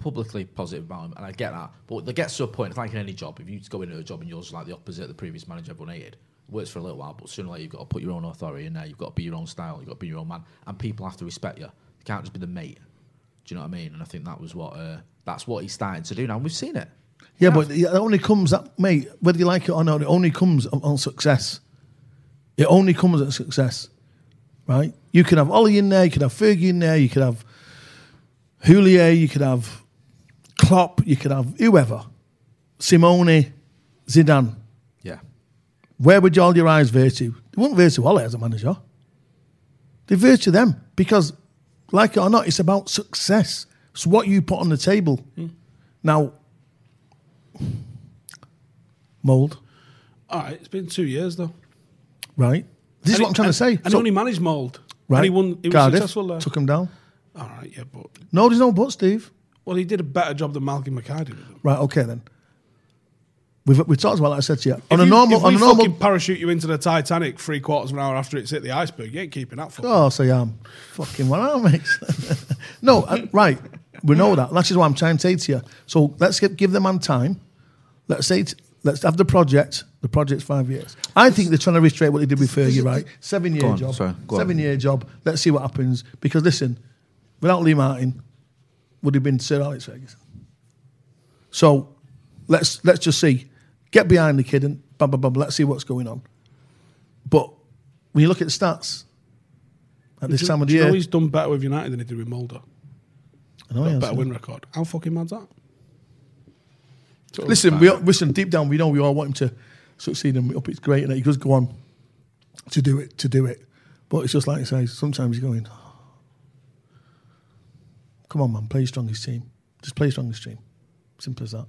Speaker 5: publicly positive about him, and I get that. But there gets to a point, it's like in any job, if you go into a job and yours like the opposite of the previous manager everyone hated, it works for a little while, but sooner or later you've got to put your own authority in there, you've got to be your own style, you've got to be your own man, and people have to respect you. You can't just be the mate. Do you know what I mean? And I think that was what uh, that's what he's starting to do now, and we've seen it.
Speaker 6: Yeah, but it only comes up, mate. Whether you like it or not, it only comes on, on success. It only comes at success, right? You can have Ollie in there, you could have Fergie in there, you could have Houllier, you could have Klopp, you could have whoever, Simone, Zidane.
Speaker 5: Yeah.
Speaker 6: Where would you all your eyes veer to? They wouldn't veer to Ollie as a manager. They veer to them because, like it or
Speaker 4: Hmm.
Speaker 6: not, it's about success. It's what you put on the table. Now, Mould,
Speaker 4: All right, it's been two years though.
Speaker 6: right? This is
Speaker 4: And
Speaker 6: what I'm
Speaker 4: he-
Speaker 6: trying
Speaker 4: and,
Speaker 6: to say.
Speaker 4: And
Speaker 6: So-
Speaker 4: only managed mold.
Speaker 6: right?
Speaker 4: And he won. He was
Speaker 6: Cardiff
Speaker 4: successful there.
Speaker 6: took him down.
Speaker 4: All right, yeah, but
Speaker 6: No, there's no but, Steve.
Speaker 4: well, he did a better job than Malcolm McKay did. With him.
Speaker 6: Right, okay then. We've we talked about that. I said to you on
Speaker 4: If
Speaker 6: a
Speaker 4: you-
Speaker 6: normal
Speaker 4: if
Speaker 6: on
Speaker 4: we
Speaker 6: a normal.
Speaker 4: fucking parachute you into the Titanic three quarters of an hour after it's hit the iceberg, you ain't keeping that for.
Speaker 6: Oh, so yeah, I'm fucking one arm, mate. no, uh, right. We know that. That is why I'm trying to say to you. So let's give, give the man time. Let's say, t- let's have the project. The project's five years. I think they're trying to restrain what they did with Fergie, right? Seven year
Speaker 5: Go on,
Speaker 6: job.
Speaker 5: sorry, go on.
Speaker 6: seven year job. Let's see what happens. Because listen, without Lee Martin, would have been Sir Alex Ferguson. So let's let's just see. Get behind the kid and bam, bam, bam. Let's see what's going on. But when you look at the stats at this
Speaker 4: Do you-
Speaker 6: time of
Speaker 4: do
Speaker 6: the
Speaker 4: you know
Speaker 6: year,
Speaker 4: he's done better with United than he did with Mulder.
Speaker 6: I know he has,
Speaker 4: better
Speaker 6: yeah.
Speaker 4: win record. How fucking mad's that? Sort of
Speaker 6: listen,
Speaker 4: back-
Speaker 6: we all, listen deep down. We know we all want him to succeed, and we hope it's great, and that he does go on to do it, to do it. But it's just like I say, sometimes you're going, "Oh, "Come on, man, play your strongest team. Just play your strongest team. Simple as that."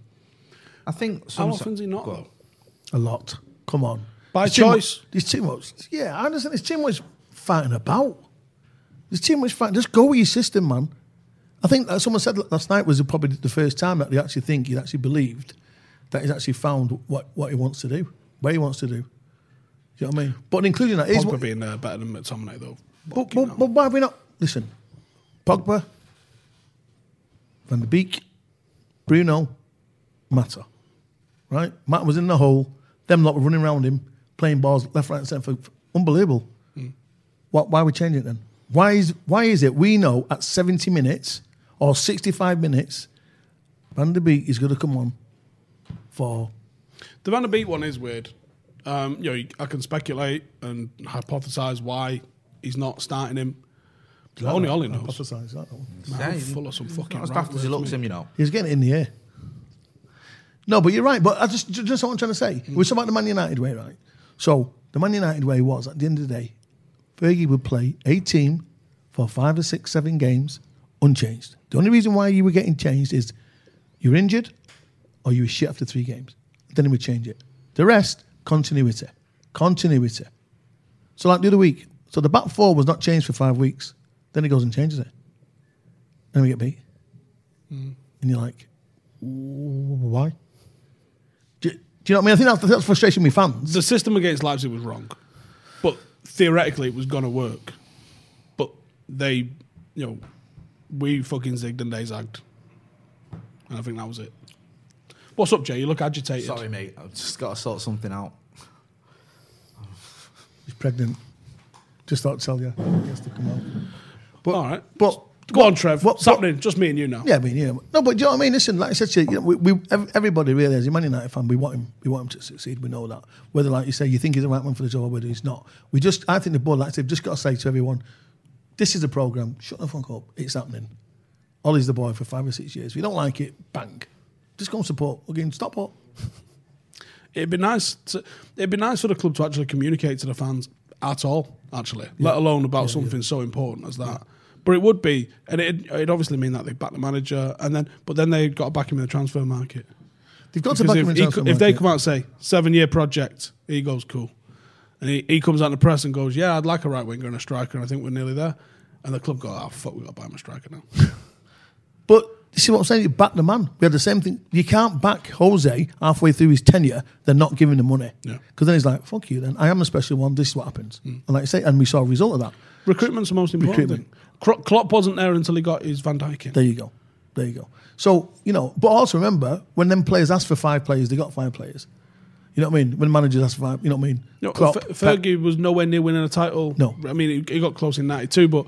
Speaker 5: I think.
Speaker 4: How
Speaker 5: some-
Speaker 4: often's he not
Speaker 5: Go on.
Speaker 4: though?
Speaker 6: A lot. Come on.
Speaker 4: By
Speaker 6: too mu-
Speaker 4: choice.
Speaker 6: there's too much. Yeah, I understand. There's too much fighting about. There's too much fighting. Just go with your system, man. I think that someone said last night was probably the first time that they actually think he actually believed that he's actually found what, what he wants to do, where he wants to do. Do you know what I mean? But including that, here's
Speaker 4: Pogba
Speaker 6: what-
Speaker 4: being uh, better than McTominay though.
Speaker 6: but,
Speaker 4: Fucking
Speaker 6: but,
Speaker 4: hell.
Speaker 6: but why have we not? Listen, Pogba, Van de Beek, Bruno, Mata. Right? Mata was in the hole. Them lot were running around him, playing balls left, right, and centre. Unbelievable. Why, why are we changing it then? Why is, why is it we know at 70 minutes or 65 minutes, Van de Beek is going to come on for.
Speaker 4: The Van der Beek one is weird. Um, you know, I can speculate and hypothesize why he's not starting him. Only Ollie knows.
Speaker 6: Hypothesise that one.
Speaker 4: Man,
Speaker 5: Yeah,
Speaker 4: I'm
Speaker 5: he-
Speaker 4: full of some fucking.
Speaker 5: Not as
Speaker 4: right
Speaker 5: daft as he
Speaker 4: words,
Speaker 5: looks,
Speaker 4: mate.
Speaker 5: him, you know.
Speaker 6: He's getting it in the air. No, but you're right. But I just ju- just what I'm trying to say. We're talking about the Man United way, right? So the Man United way was at the end of the day, Fergie would play a team for five or six, seven games unchanged. The only reason why you were getting changed is you're injured or you were shit after three games. Then he would change it. The rest, continuity. Continuity. So like the other week, so the back four was not changed for five weeks. Then he goes and changes it. Then we get beat. And you're like, why? Do, do you know what I mean? I think that's, that's frustration with fans.
Speaker 4: The system against Leipzig was wrong, but theoretically it was going to work. But they, you know, we fucking zigged and they zagged, and I think that was it. What's up, Jay? You look agitated.
Speaker 5: Sorry, mate. I've just got to sort something out.
Speaker 6: He's pregnant. Just thought to tell you. He has to come out. But,
Speaker 4: All right.
Speaker 6: But,
Speaker 4: Go on, Trev.
Speaker 6: What-
Speaker 4: What's happening? Just me and you now.
Speaker 6: yeah, I mean, yeah. No, but do you know what I mean? Listen, like I said to you, you know, we, we, ev- everybody really, as a Man United fan, we want him. We want him to succeed. We know that. Whether, like you say, you think he's the right man for the job or whether he's not. We just, I think the board, like I said, just got to say to everyone, this is a programme. Shut the fuck up. It's happening. Ollie's the boy for five or six years. If you don't like it, bang. Just go and support. Again, stop up.
Speaker 4: It'd be nice. To, it'd be nice for the club to actually communicate to the fans at all, actually, let alone about something so important as that. But it would be, and it'd, it'd obviously mean that they back the manager, and then but then they got to back him in the transfer market.
Speaker 6: They've got to
Speaker 4: Because
Speaker 6: back
Speaker 4: if,
Speaker 6: him in
Speaker 4: he
Speaker 6: transfer
Speaker 4: co- if they
Speaker 6: market.
Speaker 4: come out and say seven year project, he goes cool, and he, he comes out in the press and goes, yeah, I'd like a right winger and a striker, and I think we're nearly there. And the club go, oh fuck, we got to buy him a striker now.
Speaker 6: But you see what I'm saying? You back the man. We had the same thing. You can't back Jose halfway through his tenure. They're not giving the money.
Speaker 4: Yeah. Hmm.
Speaker 6: Because then he's like, fuck you then. I am a special one. This is what happens. And like I say, and we saw a result of that.
Speaker 4: Recruitment's the most important
Speaker 6: Recruitment.
Speaker 4: thing. Cro- Klopp wasn't there until he got his Van Dijk in.
Speaker 6: There you go. There you go. So, you know, but also remember when them players asked for five players, they got five players. You know what I mean? When managers ask for five, you know what I mean?
Speaker 4: No,
Speaker 6: Klopp,
Speaker 4: Fer- Fergie was nowhere near winning a title.
Speaker 6: No.
Speaker 4: I mean he, he got close in '92, but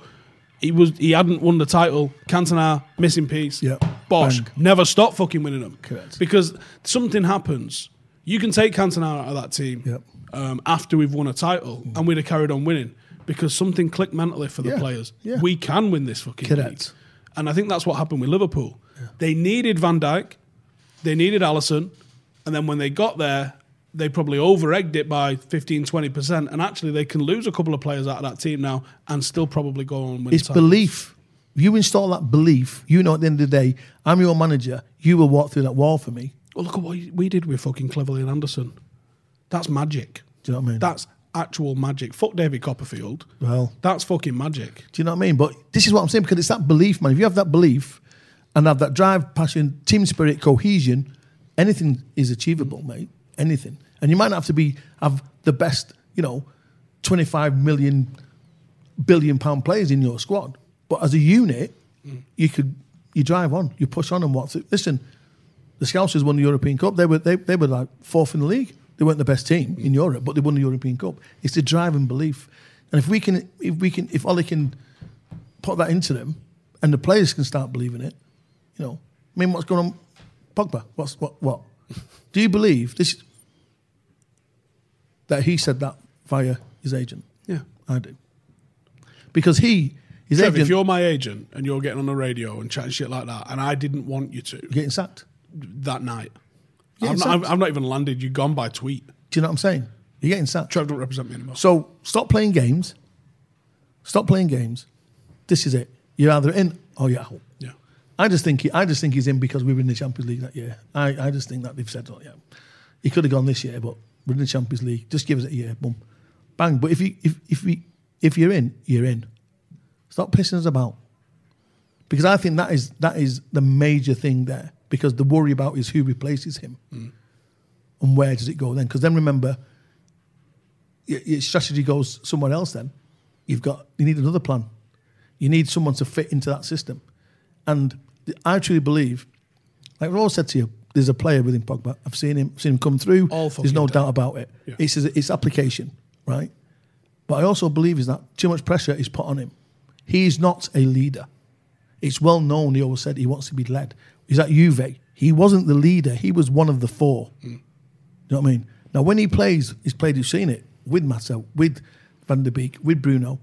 Speaker 4: he was he hadn't won the title. Cantona missing piece.
Speaker 6: Yeah.
Speaker 4: Bosch
Speaker 6: Bang.
Speaker 4: never stopped fucking winning them.
Speaker 6: Correct.
Speaker 4: Because something happens. You can take Cantona out of that team
Speaker 6: Yep.
Speaker 4: um, after we've won a title, and we'd have carried on winning because something clicked mentally for the
Speaker 6: Yeah.
Speaker 4: players.
Speaker 6: Yeah.
Speaker 4: We can win this fucking
Speaker 6: Correct.
Speaker 4: league. And I think that's what happened with Liverpool. They needed Van Dijk, they needed Allison, and then when they got there, they probably over egged it by 15, 20%. And actually, they can lose a couple of players out of that team now and still probably go on and win.
Speaker 6: It's
Speaker 4: titles.
Speaker 6: belief. You install that belief. You know, at the end of the day, I'm your manager. You will walk through that wall for me.
Speaker 4: Well, look at what we did with fucking Cleverly and Anderson. That's magic.
Speaker 6: Do you know what I mean?
Speaker 4: That's actual magic. Fuck David Copperfield.
Speaker 6: Well-
Speaker 4: that's fucking magic.
Speaker 6: Do you know what I mean? But this is what I'm saying because it's that belief, man. If you have that belief and have that drive, passion, team spirit, cohesion, anything is achievable, mate. Anything. And you might not have to be have the best, you know, 25 million billion pound players in your squad, but as a unit, you could you drive on, you push on, and what's it? Listen, the Scousers won the European Cup. They were they, they were like fourth in the league. They weren't the best team in Europe, but they won the European Cup. It's the drive and belief. And if we can, if we can, if Ollie can put that into them, and the players can start believing it, you know, I mean, what's going on, Pogba? What's what? What? Do you believe this? That he said that via his agent.
Speaker 4: Yeah.
Speaker 6: I do. Because he, his
Speaker 4: Trev,
Speaker 6: agent,
Speaker 4: if you're my agent and you're getting on the radio and chatting shit like that, and I didn't want you to
Speaker 6: getting sacked.
Speaker 4: that night,
Speaker 6: Yeah,
Speaker 4: I've, not,
Speaker 6: exactly.
Speaker 4: I've, I've not even landed. You've gone by tweet.
Speaker 6: Do you know what I'm saying? You're getting sacked.
Speaker 4: Trev don't represent me anymore.
Speaker 6: So stop playing games. Stop playing games. This is it. You're either in or you're out.
Speaker 4: yeah,
Speaker 6: I just think he, I just think he's in because we were in the Champions League that year. I, I just think that they've said, oh yeah, he could have gone this year, but we're in the Champions League. Just give us a year, boom, bang. But if you if if we if you're in, you're in. Stop pissing us about. Because I think that is that is the major thing there. Because the worry about is who replaces him, and where does it go then? Because then remember, your, your strategy goes somewhere else. Then you've got you need another plan. You need someone to fit into that system. And I truly believe, like Raw said to you, there's a player within Pogba. I've seen him, seen him come through.
Speaker 4: All
Speaker 6: there's no
Speaker 4: fucking
Speaker 6: doubt about it.
Speaker 4: Yeah.
Speaker 6: It's his, it's application, right? But I also believe is that too much pressure is put on him. He's not a leader. It's well known. He always said he wants to be led. He's at Juve. He wasn't the leader. He was one of the four. You know what I mean? Now, when he plays, he's played, you've seen it with Massa, with Van der Beek, with Bruno,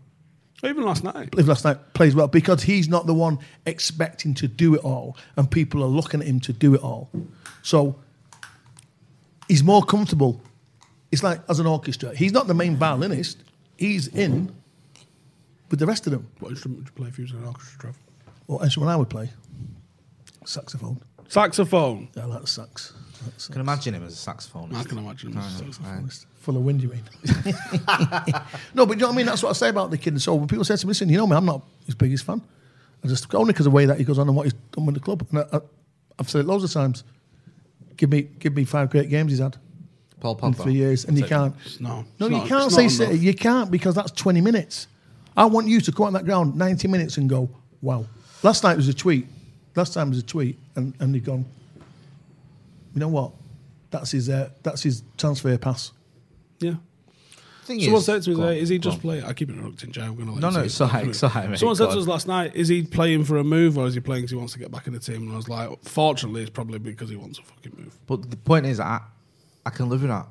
Speaker 4: even last night.
Speaker 6: if last night plays well, because he's not the one expecting to do it all, and people are looking at him to do it all. So he's more comfortable. It's like as an orchestra, he's not the main violinist, he's in with the rest of them.
Speaker 4: What instrument would you play if you was in an orchestra? Trev?
Speaker 6: Or instrument I would play saxophone.
Speaker 4: Saxophone.
Speaker 6: Yeah, I like the sax. I like the sax.
Speaker 5: can imagine him as a saxophonist.
Speaker 4: I can imagine. him as a saxophone.
Speaker 6: Full of wind, you mean? no, but you know what I mean? That's what I say about the kid. And so when people say to me, listen, you know me, I'm not his biggest fan. I just, only because of the way that he goes on and what he's done with the club. And I, I, I've said it loads of times. Give me give me five great games he's had
Speaker 5: Paul
Speaker 6: in
Speaker 5: Pogba.
Speaker 6: three years. And you can't.
Speaker 4: No,
Speaker 6: No,
Speaker 4: it's
Speaker 6: you
Speaker 4: not-
Speaker 6: can't
Speaker 4: it's
Speaker 6: say
Speaker 4: not
Speaker 6: City.
Speaker 4: enough.
Speaker 6: You can't because that's 20 minutes. I want you to go on that ground 90 minutes and go, wow. Last night was a tweet. Last time was a tweet, and, and they've gone, you know what? That's his, uh, that's his transfer pass.
Speaker 4: Yeah.
Speaker 5: Thing
Speaker 4: Someone
Speaker 5: is-
Speaker 4: said to me
Speaker 5: go on,
Speaker 4: today, is he
Speaker 5: go
Speaker 4: just
Speaker 5: on.
Speaker 4: playing? I keep interrupting, Jay. I'm going to let
Speaker 5: No,
Speaker 4: you say
Speaker 5: no, it's
Speaker 4: it.
Speaker 5: alright, it's alright, mate,
Speaker 4: Someone said
Speaker 5: go
Speaker 4: to us
Speaker 5: on.
Speaker 4: last night, is he playing for a move or is he playing because he wants to get back in the team? And I was like, fortunately, it's probably because he wants a fucking move.
Speaker 5: But the point is, I, I can live with that.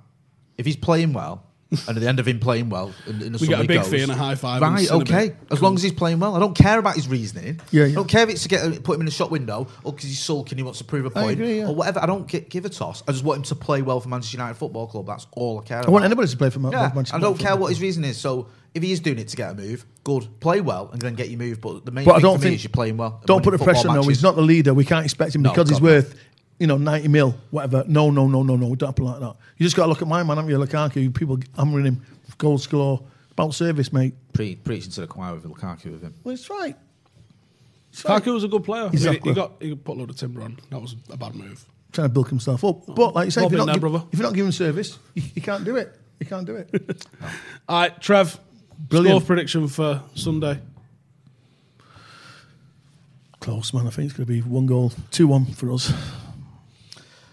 Speaker 5: If he's playing well, and at the end of him playing well, in, in the
Speaker 4: We
Speaker 5: summer
Speaker 4: get a
Speaker 5: he
Speaker 4: big
Speaker 5: goes,
Speaker 4: fee and a high five and
Speaker 5: Right,
Speaker 4: celebrate.
Speaker 5: okay. As long as he's playing well, I don't care about his reasoning.
Speaker 6: Yeah, yeah.
Speaker 5: I don't care if it's to get put him in the shot window or because he's sulking, he wants to prove a point
Speaker 6: agree, yeah.
Speaker 5: or whatever. I don't gi- give a toss. I just want him to play well for Manchester United Football Club. That's all I care.
Speaker 6: I want anybody to play for Man-
Speaker 5: Yeah,
Speaker 6: Manchester
Speaker 5: I don't
Speaker 6: United
Speaker 5: care
Speaker 6: Football
Speaker 5: what his reason is. So if he is doing it to get a move, good. Play well and then get your move. But the main
Speaker 6: But I
Speaker 5: thing
Speaker 6: don't
Speaker 5: for me
Speaker 6: think
Speaker 5: is you're playing well. and
Speaker 6: Don't
Speaker 5: winning
Speaker 6: put the
Speaker 5: football
Speaker 6: pressure on. No,
Speaker 5: matches.
Speaker 6: he's not the leader. We can't expect him
Speaker 5: No,
Speaker 6: because he's
Speaker 5: God, no.
Speaker 6: worth, you know, ninety mil, whatever. No, no, no, no, no. Don't happen like that. You just got to look at my man, haven't you, Lukaku? People hammering him, goal score, about service, mate.
Speaker 5: Pre- preaching to the choir with Lukaku with him.
Speaker 6: Well, it's right. It's right.
Speaker 4: Kaku was a good player. I mean,
Speaker 6: Exactly.
Speaker 4: he, got, he put a load of timber on. That was a bad move.
Speaker 6: Trying to bulk himself up, but like you say, if
Speaker 4: Robin
Speaker 6: you're, not
Speaker 4: there,
Speaker 6: gi-
Speaker 4: brother.
Speaker 6: if you're not giving service, you, you can't do it. You can't do it.
Speaker 4: All right, Trev,
Speaker 6: Brilliant.
Speaker 4: score prediction for Sunday.
Speaker 6: Close, man. I think it's going to be one goal, two one for us.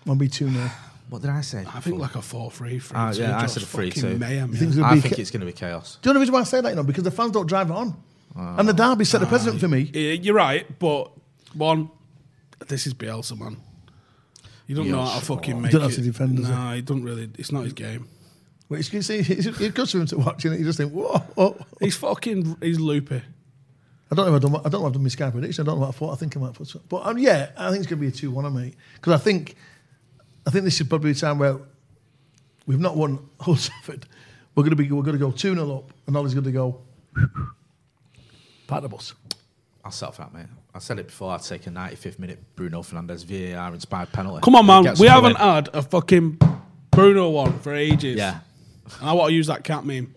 Speaker 6: Might be two 0
Speaker 5: What did I say?
Speaker 4: I think like a 4 3 3.
Speaker 5: Ah, yeah, I
Speaker 4: Just
Speaker 5: said a 3-2.
Speaker 4: fucking Mayhem, yeah.
Speaker 6: think so? It'll
Speaker 5: I
Speaker 6: be
Speaker 5: think
Speaker 6: ca-
Speaker 5: it's going to be chaos.
Speaker 6: Do you know the reason why I say that? You know, because the fans don't drive it on, and the derby set the precedent for me.
Speaker 4: Yeah, Eh, You're right, but one, this is Bielsa, man. You don't know how to fucking make
Speaker 6: don't
Speaker 4: it.
Speaker 6: have to defend, does he?
Speaker 4: No, he don't really. It's not his game.
Speaker 6: Well, it's, it's, it's, it's good for him to watch, and you just think, whoa. Oh.
Speaker 4: He's fucking. He's loopy.
Speaker 6: I don't know. If I've done, my- I don't know. If I've done my Sky prediction. I don't know what I thought. I think I might put. some- But um, yeah, I think it's going to be a two-one, mate. Because I think, I think this is probably a time where we've not won Old Trafford. We're going to be. We're going to go two 0 up, and Ollie's going to go. Part the bus.
Speaker 5: I'll settle for that, mate. I said it before. I'd take a 95th minute Bruno Fernandez VAR inspired penalty.
Speaker 4: Come on,
Speaker 5: He
Speaker 4: man.
Speaker 5: gets
Speaker 4: We
Speaker 5: the
Speaker 4: haven't
Speaker 5: win.
Speaker 4: had a fucking Bruno one for ages.
Speaker 5: Yeah.
Speaker 4: And I want to use that cat meme.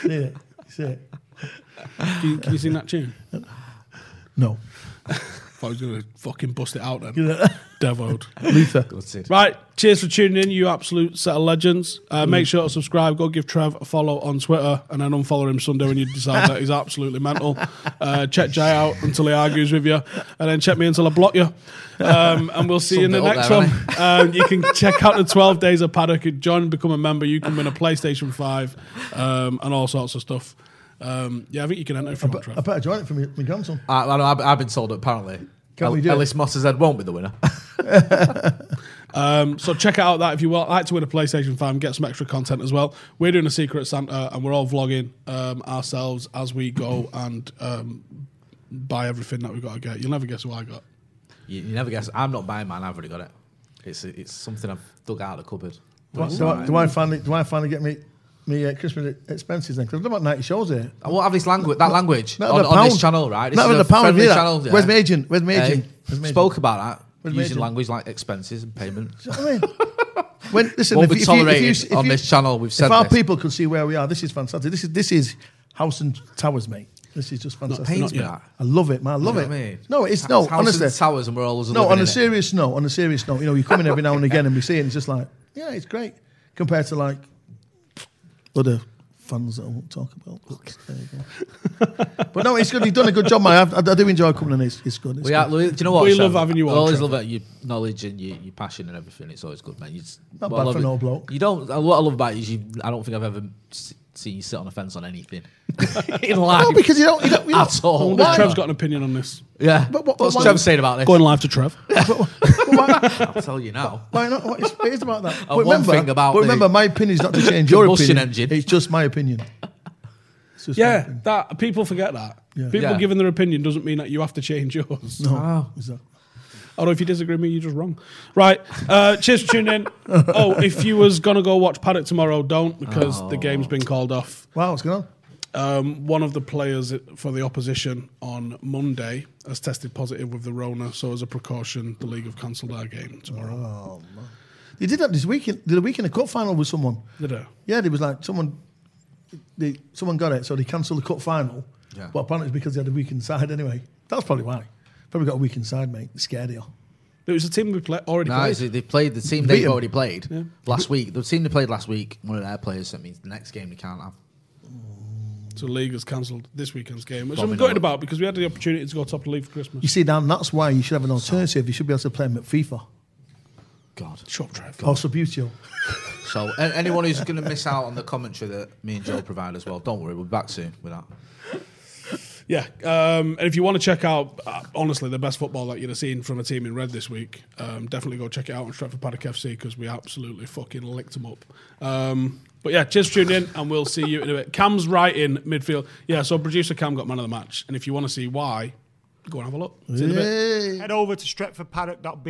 Speaker 6: See it? See it?
Speaker 4: Can you, can you sing that tune?
Speaker 6: No.
Speaker 4: If I was going to fucking bust it out then. Devoed.
Speaker 6: Luther.
Speaker 4: Right. Cheers for tuning in, you absolute set of legends. Uh, Make sure to subscribe. Go give Trev a follow on Twitter and then unfollow him Sunday when you decide that he's absolutely mental. Uh, check Jay out until he argues with you and then check me until I block you. Um, and we'll see you in the
Speaker 5: Summed it up
Speaker 4: next
Speaker 5: there,
Speaker 4: one. Um, you can check out the 12 Days of Paddock and John, become a member. You can win a PlayStation 5 um, and all sorts of stuff. Um, yeah, I think you can enter if you want, Trev.
Speaker 6: I better join it for me, my grandson.
Speaker 5: I, I know, I've, I've been told that apparently.
Speaker 6: Can we do it?
Speaker 5: Ellis Mosses head won't be the winner.
Speaker 4: Um, so check out that if you want, like to win a PlayStation 5 get some extra content as well. We're doing a Secret Santa and we're all vlogging um, ourselves as we go and um, buy everything that we've got to get. You'll never guess what I got.
Speaker 5: you, you never guess. I'm not buying mine. I've already got it. It's it's something I've dug out of the cupboard.
Speaker 6: Do I, do, I, do I finally do I finally get me me uh, Christmas expenses then? Because I've done about ninety shows here.
Speaker 5: I won't have this language. That language
Speaker 6: Not
Speaker 5: on,
Speaker 6: with a
Speaker 5: on this
Speaker 6: pound.
Speaker 5: channel, right? This
Speaker 6: Not with
Speaker 5: is a
Speaker 6: a pound,
Speaker 5: friendly
Speaker 6: yeah.
Speaker 5: channel, yeah.
Speaker 6: Where's my agent? Where's my
Speaker 5: Eh,
Speaker 6: agent? Where's my
Speaker 5: Spoke about that
Speaker 6: Where's my
Speaker 5: using
Speaker 6: agent?
Speaker 5: language like expenses and payment.
Speaker 6: Do you know what I mean? When, listen, if,
Speaker 5: Won't be
Speaker 6: you- if
Speaker 5: tolerated
Speaker 6: you, if you, if
Speaker 5: on
Speaker 6: you-
Speaker 5: this channel, we've
Speaker 6: if
Speaker 5: said
Speaker 6: our
Speaker 5: this.
Speaker 6: people could see where we are, this is fantastic. This is this is house and towers, mate. This is just fantastic.
Speaker 5: pains me that.
Speaker 6: I love it, man. I love
Speaker 5: know
Speaker 6: it.
Speaker 5: what I mean?
Speaker 6: No, it's
Speaker 5: House
Speaker 6: no.
Speaker 5: and
Speaker 6: honestly,
Speaker 5: towers and we're all us
Speaker 6: no.
Speaker 5: living
Speaker 6: On
Speaker 5: in
Speaker 6: a
Speaker 5: it.
Speaker 6: serious note, on a serious note, you know, you come in every now and again and we see it, and it's just like, yeah, it's great compared to like other fans that I won't talk about. But, there you go. but no, it's good. You've done a good job, mate. I've- I, I do enjoy coming in. It's, it's good. It's
Speaker 5: We are,
Speaker 6: good.
Speaker 5: Louis- do you know what?
Speaker 4: We
Speaker 5: Sean?
Speaker 4: love having you
Speaker 5: I
Speaker 4: on,
Speaker 5: always
Speaker 4: Trevor.
Speaker 5: love that your knowledge and your, your passion and everything. It's always good, man. You just,
Speaker 6: Not
Speaker 5: what I
Speaker 6: bad
Speaker 5: love
Speaker 6: for
Speaker 5: it-
Speaker 6: an old bloke.
Speaker 5: You don't. uh, What I love about you is you. I don't think I've ever s- seen you sit on a fence on anything in life.
Speaker 6: No, because you don't. You don't you
Speaker 5: at
Speaker 6: don't-
Speaker 4: I
Speaker 5: all.
Speaker 4: wonder if
Speaker 6: why?
Speaker 4: Trev's got an opinion on this.
Speaker 5: Yeah.
Speaker 6: But what-
Speaker 5: What's
Speaker 6: why-
Speaker 5: Trevor saying about this?
Speaker 4: Going live to Trev.
Speaker 5: I'll tell you now.
Speaker 6: Why not? What is, it is about that. But
Speaker 5: Oh, one
Speaker 6: remember,
Speaker 5: thing about
Speaker 6: but
Speaker 5: the
Speaker 6: remember, my opinion is not to change your
Speaker 5: combustion
Speaker 6: opinion.
Speaker 5: engine.
Speaker 6: It's just my opinion. It's just my
Speaker 4: Yeah,
Speaker 6: opinion.
Speaker 4: that people forget that. People
Speaker 5: Yeah.
Speaker 4: giving their opinion doesn't mean that you have to change yours.
Speaker 6: No. Is that-
Speaker 4: Although if you disagree with me, you're just wrong. Right. Uh, cheers for tuning in. Oh, if you was gonna go watch Paddock tomorrow, don't because the game's been called off.
Speaker 6: Wow, what's going on?
Speaker 4: um, one of the players for the opposition on Monday has tested positive with the Rona, so as a precaution, the league have cancelled our game tomorrow.
Speaker 6: They did that this weekend. Did a week in the cup final with someone.
Speaker 5: Ah.
Speaker 4: Did it?
Speaker 6: Yeah, there was like someone. They, someone got it, so they cancelled the cup final.
Speaker 5: Yeah.
Speaker 6: But apparently it's because they had a week inside anyway. That's probably why. Probably got a week inside, mate. It scared you.
Speaker 4: It was a team we play, already
Speaker 5: No,
Speaker 4: played.
Speaker 5: it's- they played the team
Speaker 6: Beat
Speaker 5: they've
Speaker 6: 'em.
Speaker 5: already played last week. The team they played last week, one of their players sent me the next game they can't have.
Speaker 4: so the league has cancelled this weekend's game, which
Speaker 5: Probably
Speaker 4: I'm gutted
Speaker 5: not.
Speaker 4: about because we had the opportunity to go top of the league for Christmas.
Speaker 6: You see, Dan, that's why you should have an alternative. You should be able to play them at FIFA
Speaker 5: God.
Speaker 4: Shut up, Trev.
Speaker 6: or Subutio.
Speaker 5: So a- anyone who's going to miss out on the commentary that me and Joe provide as well, don't worry, we'll be back soon with that.
Speaker 4: Yeah, um, and if you want to check out, uh, honestly, the best football that you'd have seen from a team in red this week, um, definitely go check it out on Stratford Paddock FC because we absolutely fucking licked them up. Um, but yeah, cheers for tuning in, and we'll see you in a bit. Cam's right in midfield. Yeah, so producer Cam got man of the match, and if you want to see why, go and have a look. See you in a bit.
Speaker 7: Head over to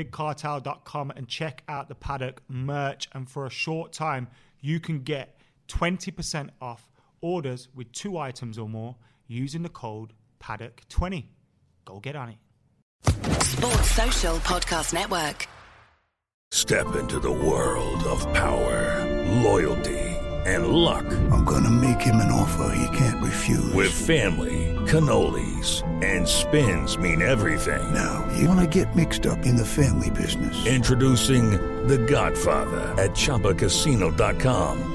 Speaker 7: stretfordpaddock.bigcartel.com and check out the Paddock merch. And for a short time, you can get 20% off orders with two items or more using the code Paddock20. Go get on it.
Speaker 3: Sports Social Podcast Network.
Speaker 1: Step into the world of power, loyalty, and luck.
Speaker 2: I'm gonna make him an offer he can't refuse.
Speaker 1: With family, cannolis, and spins mean everything.
Speaker 2: now, you wanna get mixed up in the family business.
Speaker 1: Introducing The Godfather at ChumbaCasino.com.